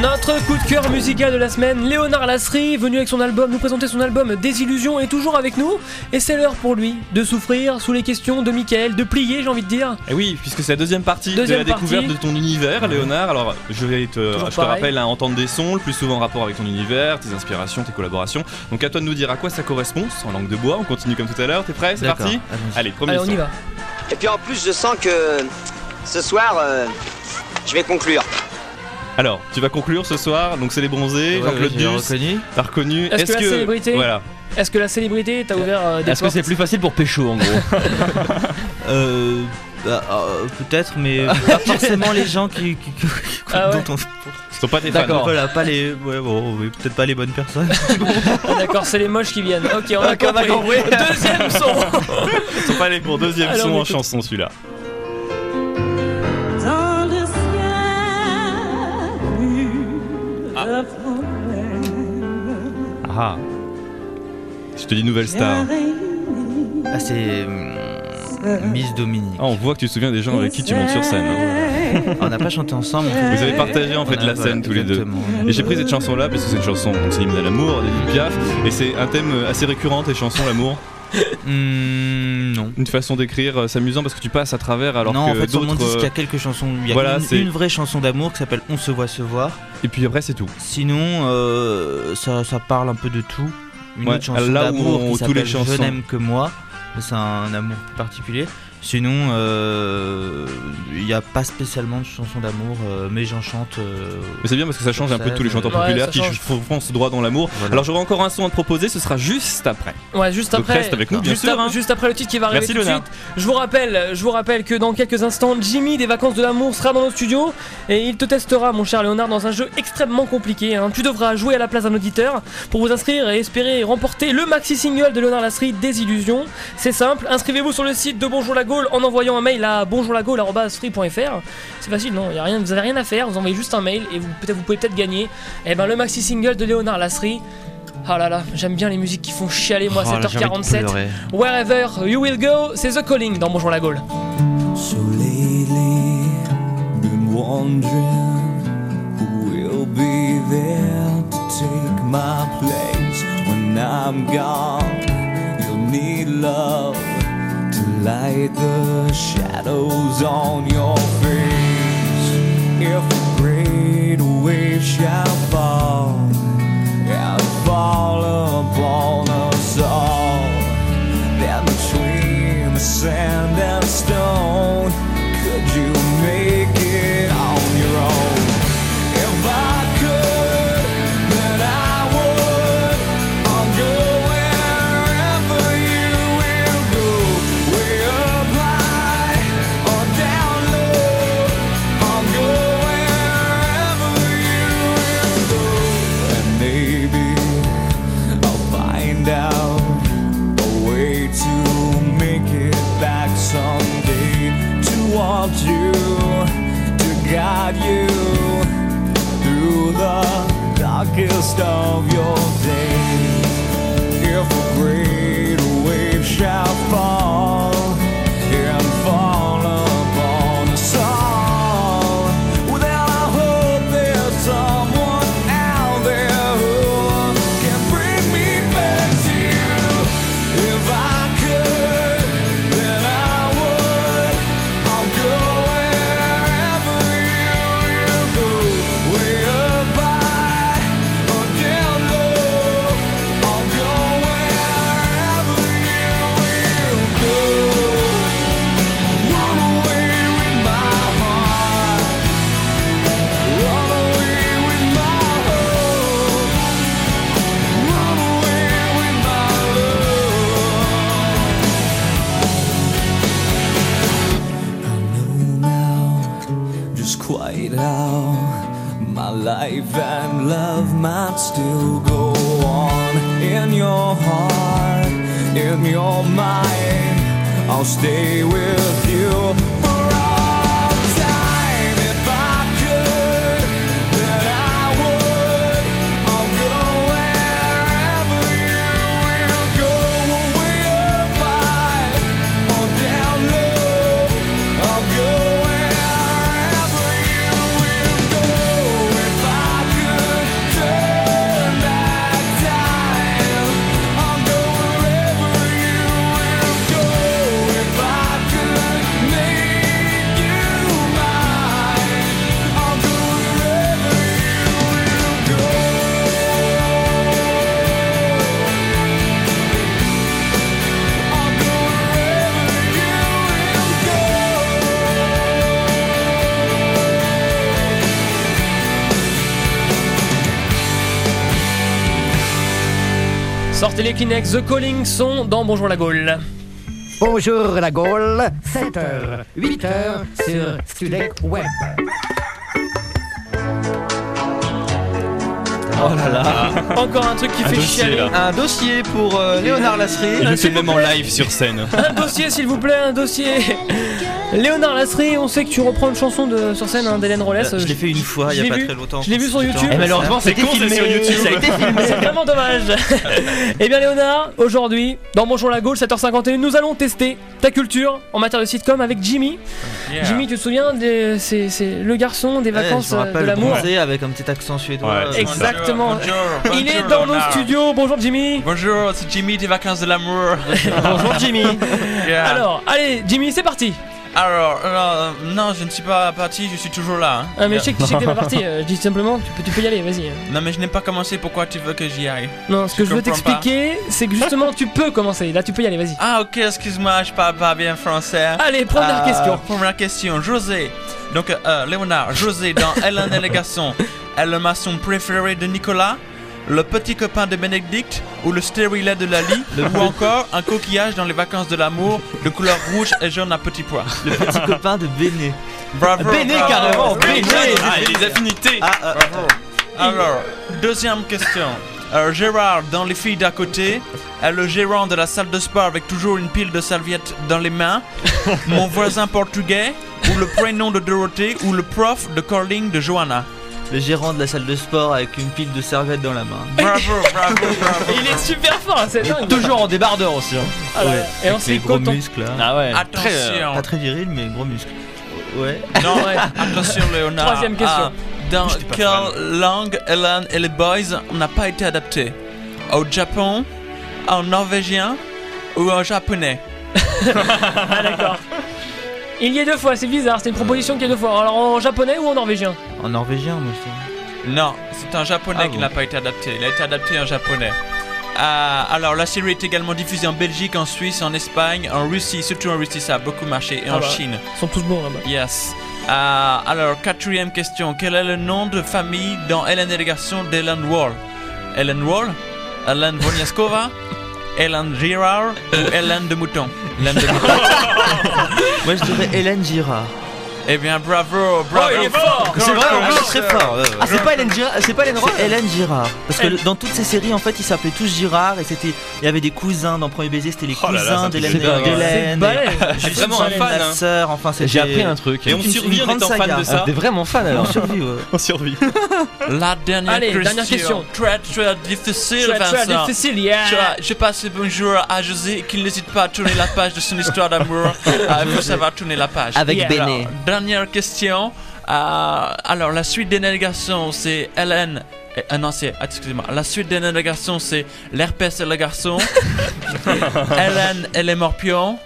S1: Notre coup de cœur musical de la semaine, Léonard Lasserie, venu avec son album, nous présenter son album Désillusion, est toujours avec nous. Et c'est l'heure pour lui de souffrir sous les questions de Mickaël, de plier, j'ai envie de dire.
S3: Et Eh oui, puisque c'est la deuxième partie
S1: Deuxième
S3: de la
S1: partie.
S3: découverte de ton univers, Léonard. Alors, je vais te,
S1: Toujours
S3: je te
S1: pareil.
S3: rappelle, à entendre des sons, le plus souvent en rapport avec ton univers, tes inspirations, tes collaborations. Donc, à toi de nous dire à quoi ça correspond, en langue de bois. On continue comme tout à l'heure. T'es prêt C'est
S9: D'accord,
S3: parti
S9: allons-y.
S3: Allez, premier son.
S22: Et puis en plus, je sens que ce soir, euh, je vais conclure.
S3: Alors, tu vas conclure ce soir, donc c'est les bronzés,
S4: Ouais,
S3: Jean-Claude
S4: ouais, j'ai
S3: Duss.
S4: reconnu.
S3: T'as reconnu.
S1: Est-ce que, la célébrité
S3: Voilà.
S1: Est-ce que la célébrité t'a ouvert euh, des
S4: Est-ce que c'est
S1: portes
S4: plus facile pour Pécho en gros
S9: [laughs] Euh, bah, euh, peut-être,
S4: [laughs]
S9: mais pas forcément les gens qui, qui- qui-
S1: Ah ouais.
S9: dont on-
S3: sont pas
S1: des fans. D'accord.
S9: Voilà, pas les, ouais, bon, oui, peut-être pas les bonnes
S4: [laughs]
S9: personnes.
S1: Ah, D'accord, c'est les moches qui viennent. Ok, on a
S4: Ok, on a
S1: compris. Deuxième son.
S3: Ils sont pas allés pour deuxième
S1: [laughs] Alors,
S3: son
S1: on
S3: en
S1: écoute.
S3: chanson celui-là.
S23: Dans le ciel brûle
S20: Ah.
S23: la forêt.
S3: Ah. Je te dis nouvelle star.
S9: Ah, c'est Miss Dominique.
S3: Ah, on voit que tu te souviens des gens avec qui tu montes sur scène. hein.
S9: On n'a pas chanté ensemble.
S3: Vous avez partagé en fait
S9: On a-
S3: la scène tous les deux.
S9: exactement.
S3: Et j'ai pris cette chanson là parce que c'est une chanson qu'on s'est à l'amour d'Edith Piaf et c'est un thème assez récurrent tes chansons l'amour.
S9: Hmm, non.
S3: Une façon d'écrire euh, s'amusant parce que tu passes à travers alors
S9: non,
S3: que
S9: en fait, sur
S3: d'autres.
S9: mon disque, il y a
S3: euh,
S9: quelques chansons. Il y a
S3: voilà,
S9: une,
S3: c'est
S9: une vraie chanson d'amour qui s'appelle On se voit se voir.
S3: Et puis après, c'est tout.
S9: Sinon, euh, ça, ça parle un peu de tout. Une
S3: Ouais,
S9: autre chanson
S3: là où on-
S9: d'amour qui
S3: tous les
S9: s'appelle
S3: chansons-
S9: Je n'aime que moi. C'est un amour particulier. Sinon, euh, il n'y a pas spécialement de chansons d'amour, euh, mais j'en chante. euh,
S3: Mais c'est bien parce que ça change un peu
S9: sur
S3: tous les
S9: scène,
S3: chanteurs
S9: euh,
S3: populaires qui ch- foncent droit dans l'amour.
S9: Voilà.
S3: Alors j'aurai encore un son à te proposer, ce sera juste après.
S1: Ouais, juste
S3: Donc
S1: après.
S3: reste avec nous, bien
S1: juste,
S3: sûr, hein.
S1: juste après le titre qui va arriver
S3: Merci,
S1: tout de
S3: Luna.
S1: suite. Je vous rappelle, je vous rappelle que dans quelques instants, Jimmy des Vacances de l'amour sera dans nos studios et il te testera, mon cher Léonard, dans un jeu extrêmement compliqué. hein. Tu devras jouer à la place d'un auditeur pour vous inscrire et espérer remporter le maxi single de Léonard Lasserie des Illusions. C'est simple, inscrivez-vous sur le site de Bonjour la Gaule en envoyant un mail à bonjourlagaule@free.fr. C'est facile, non, y a rien, vous avez rien à faire, vous envoyez juste un mail et vous peut-être vous pouvez peut-être gagner. Et ben le maxi single de Léonard Lasserie. Ah là là, j'aime bien les musiques qui font chialer moi
S9: Oh
S1: à
S9: là, j'ai envie de
S1: 7h47.
S9: pleurer.
S1: Wherever you will go, c'est The Calling dans Bonjour la Gaule.
S23: So lately, been wondering who will be there to take my place when I'm gone. You'll need love to light the shadows on your face. If a great wave shall fall and fall upon us all. Then between the sand and stone, could you make it on your own? If I could, then I would. I'll go wherever you will go. Way up high or down low. I'll go wherever you will go. And maybe I'll find out a way to make it back someday to want you to guide you through the darkest of your days if a great wave shall fall and fall upon us all without I hope there's someone out there who can bring me back to you if I could, then I would. I'll go wherever you will go. Way up high or down low. I'll go wherever you will go. Run away with my heart. Run away with my hope. Run away with my love.
S11: just quite how my life and love might still go on in your heart, in your mind. I'll stay with you for all time. If I could, then I would. I'll go wherever you will go, way up high or down low. I'll go wherever you will go. If I could turn back time, I'll go wherever you will go. If I could make
S1: Sortez les Kleenex, The Calling sont dans Bonjour la Gaule.
S2: Bonjour la Gaule, 7h, 8h Euh, sur Studek Web.
S4: Oh là
S3: [laughs]
S4: là
S1: Ah. Encore un truc qui
S4: Un
S1: fait
S4: dossier,
S1: chialer.
S4: là. Un dossier pour euh, Léonard Lasserie.
S3: Il le fait même en live sur scène.
S1: Un dossier, s'il vous plaît, un
S4: [laughs]
S1: dossier. Léonard Lasserie, on sait que tu reprends une chanson de, sur scène hein, d'Hélène Rollès.
S9: Euh, Je l'ai fait une fois, il y
S1: l'ai
S9: a pas
S1: vu.
S9: très longtemps.
S1: Je l'ai vu sur YouTube.
S3: Eh ben,
S9: Et malheureusement,
S1: C'est
S9: c'était
S1: con,
S9: filmé.
S1: c'est Eh, sur YouTube.
S9: Ça a été filmé.
S1: [laughs] C'est vraiment dommage. Eh bien, Léonard, aujourd'hui, dans Bonjour la Gauche, 7h51, nous allons tester ta culture en matière de sitcom avec Jimmy.
S9: Yeah.
S1: Jimmy, tu te souviens, des- c'est c'est le garçon des
S9: Ouais,
S1: vacances
S9: Eh, je me
S1: euh, de
S9: rappelle
S1: l'amour.
S9: bronzé avec un petit accent suédois.
S1: c'est Exactement. ça. Bonjour, Il est dans nos
S6: Bernard.
S1: studios. Bonjour, Jimmy.
S6: Bonjour, c'est Jimmy des vacances de l'amour.
S1: [laughs] Bonjour, Jimmy.
S6: [laughs] Yeah.
S1: Alors, allez, Jimmy, c'est parti.
S6: Alors, euh, non, je ne suis pas parti, je suis toujours là. hein.
S1: Ah, mais je sais que tu sais que t'es pas parti. euh, je dis simplement, tu peux, tu peux y aller, vas-y. hein.
S6: Non, mais je n'ai pas commencé, pourquoi tu veux que j'y aille
S1: Non, ce que je veux
S6: comprends pas.
S1: t'expliquer, c'est que justement, tu peux commencer. Là, tu peux y aller, vas-y.
S6: Ah, ok, excuse-moi, je parle pas bien français. Euh,
S1: Allez, première question.
S6: Première question, José. Donc, euh, Léonard, José dans Hélène et les garçons, est le maçon préféré de Nicolas le petit copain de Bénédicte ou le stérilet de Lali ou encore un coquillage dans les vacances de l'amour de couleur rouge et jaune à petits pois. Le
S9: petit copain de Béné.
S6: Bravo.
S9: Béné,
S6: bravo.
S9: carrément, Béné.
S6: Ah, il y a des affinités.
S9: euh,
S6: Bravo. Alors, deuxième question. Euh, Gérard, dans Les filles d'à côté, est le gérant de la salle de sport avec toujours une pile de serviettes dans
S9: [laughs]
S6: les mains. Mon voisin portugais, ou le prénom de Dorothée, ou le prof de curling de Johanna.
S9: Le gérant de la salle de sport avec une pile de serviettes dans la
S6: [laughs]
S9: main.
S6: Bravo,
S1: Ah,
S6: bravo, bravo.
S1: [laughs] Il est super fort, c'est dingue.
S9: Toujours en débardeur aussi. hein.
S1: Ah ouais, et en
S9: les gros
S1: slick coton.
S9: muscles. hein.
S1: Ah ouais.
S9: Très, euh,
S1: Attention.
S9: pas très viril, mais gros muscles. Ouais.
S6: Non,
S9: [laughs]
S6: attention Léonard. Ah,
S1: Troisième question.
S6: dans
S9: J'étais pas
S6: quelle langue Hélène et les Boys n'a pas été adapté Au Japon, en norvégien ou en japonais
S1: Ah, d'accord. Il y est deux fois, c'est bizarre, c'est une proposition qui est deux fois. Alors en japonais ou en norvégien
S9: En norvégien, moi
S6: Non, c'est en japonais qui n'a pas été adapté. Il a été adapté en japonais. Ah, alors la série est également diffusée en Belgique, en Suisse, en Espagne, en Russie, surtout en Russie ça a beaucoup marché, et
S1: Ah
S6: en
S1: bah,
S6: Chine.
S1: Ils sont tous bons là-bas.
S6: Yes. Ah, alors, quatrième question. Quel est le nom de famille dans Hélène et les garçons d'Hélène Wall Hélène Wall Hélène Voniaskova Hélène Girard Ou Hélène de Mouton Hélène de Mouton.
S9: [laughs] Moi je dirais Hélène Girard.
S6: eh bien, bravo, bravo.
S9: Oh, il est fort C'est vrai, en plus, c'est très fort. Ah, c'est pas Hélène Girard, c'est pas Hélène Roll Hélène Girard. Parce que
S6: Elle-
S9: dans toutes ces séries, en fait, ils s'appelaient tous Girard et c'était. Il y avait des cousins dans Premier Baiser, c'était les
S4: Oh là là, ça
S9: cousins
S4: me
S9: d'Hélène.
S4: fait dingue.
S9: d'Hélène,
S4: C'est balèze.
S9: et-
S4: Je suis vraiment un
S9: Hélène,
S4: fan,
S9: la
S4: hein.
S9: sœur, enfin, Ah, c'était-
S4: J'ai appris un truc. Et on
S9: Une- une
S4: survit en
S9: grande
S4: étant fan
S9: saga.
S4: de ça. Ah, t'es vraiment fan, alors.
S9: On
S3: [laughs]
S9: survit, ouais.
S4: On survit.
S6: [laughs] La dernière
S1: Allez,
S6: question.
S1: dernière question.
S6: Très, très difficile,
S1: Très, très
S6: Vincent.
S1: difficile, yeah.
S6: Je, je passe le bonjour à José qui n'hésite pas à tourner la page
S1: [laughs]
S6: de son histoire d'amour. Ah, Il faut savoir tourner la page.
S9: Avec Yeah. Béné.
S6: Alors, dernière question. Ah, alors, la suite des négations, c'est Hélène. eh, Ah non, c'est. ah, Excusez-moi. La suite des négations, c'est l'herpès et
S1: [laughs]
S6: le garçon. Hélène et les morpions.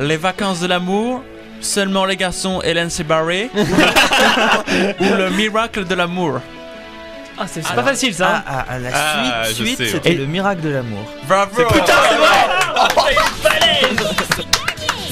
S6: Les vacances de l'amour. Seulement les garçons, Hélène
S1: [laughs]
S6: s'est barrée. ou le miracle de l'amour.
S1: Ah, c'est c'est
S6: Alors,
S1: pas facile ça.
S9: Ah, ah, la
S6: Ah, je
S9: suite,
S6: sais,
S9: suite, c'était
S6: ouais.
S9: le miracle de l'amour.
S6: Bravo!
S9: Putain, c'est vrai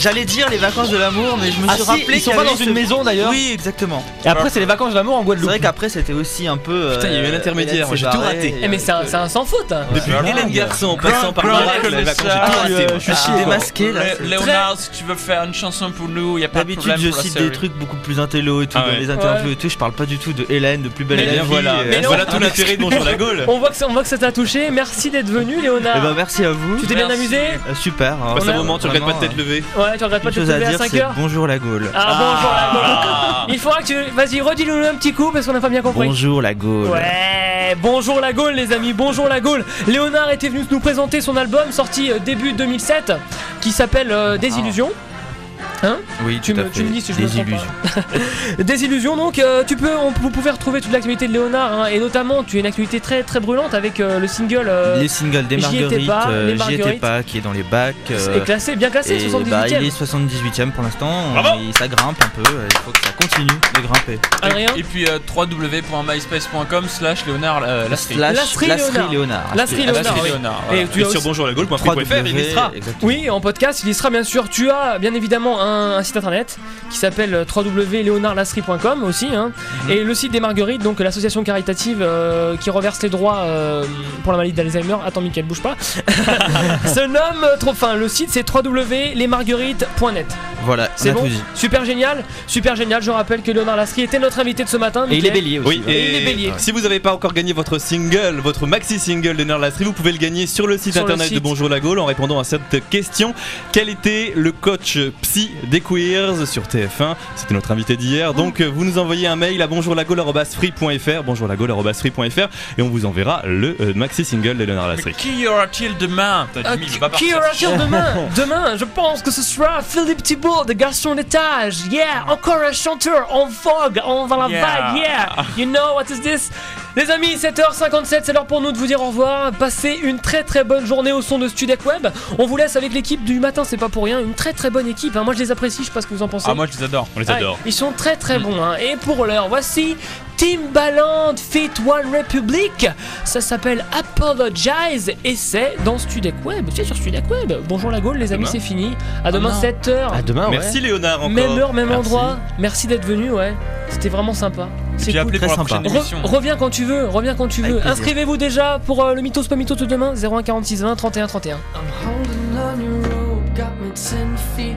S9: J'allais dire les vacances de l'amour, mais je me
S4: Ah
S9: suis
S4: si,
S9: rappelé
S4: ils
S9: qu'il
S4: sont
S9: y
S4: pas
S9: avait
S4: dans une maison, d'ailleurs
S9: Oui, exactement.
S4: Et après, c'est les
S9: vacances de l'amour en Guadeloupe. C'est vrai qu'après, c'était aussi un peu. euh,
S4: Putain, il y a eu un intermédiaire, moi, j'ai tout raté.
S9: séparé,
S1: Eh, mais c'est un, c'est un sans faute. hein.
S4: Depuis Hélène Garçon, en passant par
S6: Grand-
S4: Miracle,
S6: Grand-
S4: les vacances,
S6: Ah,
S4: j'ai tout raté, moi.
S6: ah,
S9: chier, démasqué, là,
S6: Lé-
S9: c'est-
S6: Léonard, si tu veux faire une chanson pour nous, y a pas de
S9: D'habitude,
S6: problème.
S9: je
S6: pour la
S9: cite
S6: série.
S9: des trucs beaucoup plus intello et tout,
S4: Ah
S9: dans
S4: ouais.
S9: les interviews
S1: Ouais.
S9: et tout. Je parle pas du tout de Hélène, de plus belle
S4: Mais
S9: la
S4: bien
S9: vie,
S4: voilà.
S9: euh,
S4: Mais non. Ah, Voilà tout l'intérêt de Bonjour la Gaule.
S1: On voit que ça, on voit que ça t'a touché. Merci d'être venu, Léonard.
S9: Eh ben, merci à vous.
S1: Tu t'es bien
S9: Merci.
S1: amusé
S9: Euh, Super. hein.
S4: Passe un
S9: Vraiment,
S4: moment, tu regrettes pas de
S9: vraiment,
S4: t'être levé.
S1: Ouais, tu regrettes pas
S9: Une
S1: de te
S9: chose à
S1: lever à
S9: dire,
S1: 5
S9: c'est
S1: heures
S9: bonjour la Gaule.
S1: Ah, bonjour la
S4: Ah.
S1: Gaule. Il faudra que tu. Vas-y, redis-nous un petit coup parce qu'on n'a pas bien compris.
S9: Bonjour la Gaule.
S1: Ouais, bonjour la Gaule les amis, bonjour la Gaule. Léonard était venu nous présenter son album sorti euh, début 2007 qui s'appelle euh, Des Illusions. Hein
S9: Ah. Oui,
S1: tu
S9: tout à
S1: me, tu
S9: fait.
S1: me dis si je
S9: Des
S1: me trompe pas. [laughs] Des illusions donc euh, tu peux on, vous pouvez retrouver toute l'actualité de Léonard hein, et notamment tu as une actualité très très brûlante avec euh, le single euh,
S9: Les singles des
S1: J'y étais
S9: Marguerites,
S1: pas, les
S9: euh, j'y étais
S1: Marguerites.
S9: pas, qui est dans les bacs. euh,
S1: est classé bien classé
S9: et, bah,
S1: 78
S9: il
S1: e
S9: est 78ème pour l'instant,
S1: Bravo.
S9: et ça grimpe un peu, euh, il faut que ça continue de grimper.
S6: Et puis euh, www.myspace.com slash Léonard euh, Lastry.
S9: Slash Lastry Lastry Léonard. Léonard.
S1: Lastry
S6: Ah, Lastry
S1: Léonard, oui.
S6: Léonard,
S1: Et
S6: voilà.
S1: tu as aussi-
S3: bonjourlagaule.fr,
S1: Oui, en podcast, il y sera bien évidemment un un, un site internet qui s'appelle euh, www.leonardlasserie.com aussi. hein. Et le site des Marguerites, donc l'association caritative euh, qui reverse les droits euh, pour la maladie d'Alzheimer. Attends, Mickaël, bouge pas. [laughs] Se nomme euh, trop fin. Le site c'est www.lesmarguerites.net.
S4: Voilà,
S1: C'est
S4: on a
S1: bon
S4: tout dit.
S1: Super génial, super génial. Je rappelle que Léonard Lasserie était notre invité de ce matin.
S3: Et il est
S1: Mickaël.
S3: bélier aussi. Oui,
S1: Et il est bélier.
S3: Si vous n'avez pas encore gagné votre single, votre maxi single de Nerd Lasserie, vous pouvez le gagner sur le site
S1: Sur le
S3: internet de
S1: site.
S3: Bonjour la Gaule en répondant à cette question. Quel était le coach psy des queers sur TF1 C'était notre invité d'hier. Donc euh, vous nous envoyez un mail à bonjourlagaule.free.fr bonjourlagaule.free.fr et on vous enverra le euh, maxi single de Léonard Lasserie.
S6: Qui y aura-t-il demain
S1: Euh, Qui aura-t-il
S17: [laughs]
S6: [laughs]
S1: demain Demain, je pense que ce sera Philippe Thibault de Garçon d'étage. Yeah, encore un chanteur en vogue, en, dans la
S7: Yeah.
S1: vague. Yeah, you know what is this Les amis, 7h57, c'est l'heure pour nous de vous dire au revoir. Passez une très très bonne journée au son de Studek Web. On vous laisse avec l'équipe du matin, c'est pas pour rien. Une très très bonne équipe. hein. Moi je les apprécie, je sais pas ce que vous en pensez.
S17: Ah, moi je les adore. On les
S1: Ah,
S17: adore.
S1: ils sont très très bons. hein. Et pour l'heure, voici Timbaland Fit One Republic. Ça s'appelle Apologize et c'est dans Studec Web. C'est sur Studec Web. Bonjour la Gaule, les amis,
S3: Demain. Oh
S1: c'est fini. À demain
S3: non.
S1: 7h.
S3: À demain, ouais. Merci, Léonard, encore.
S1: Même heure, même
S3: Merci.
S1: endroit. Merci d'être venu, ouais. C'était vraiment sympa. C'est
S3: puis appelez
S1: cool.
S3: pour la Très sympa. prochaine émission.
S1: Re- reviens quand tu veux, reviens quand tu
S11: Avec
S1: veux.
S11: plaisir.
S1: Inscrivez-vous déjà pour euh, le Mythos pas Mythos de demain 01 46 20 31 31.
S11: holding on your rope got me ten feet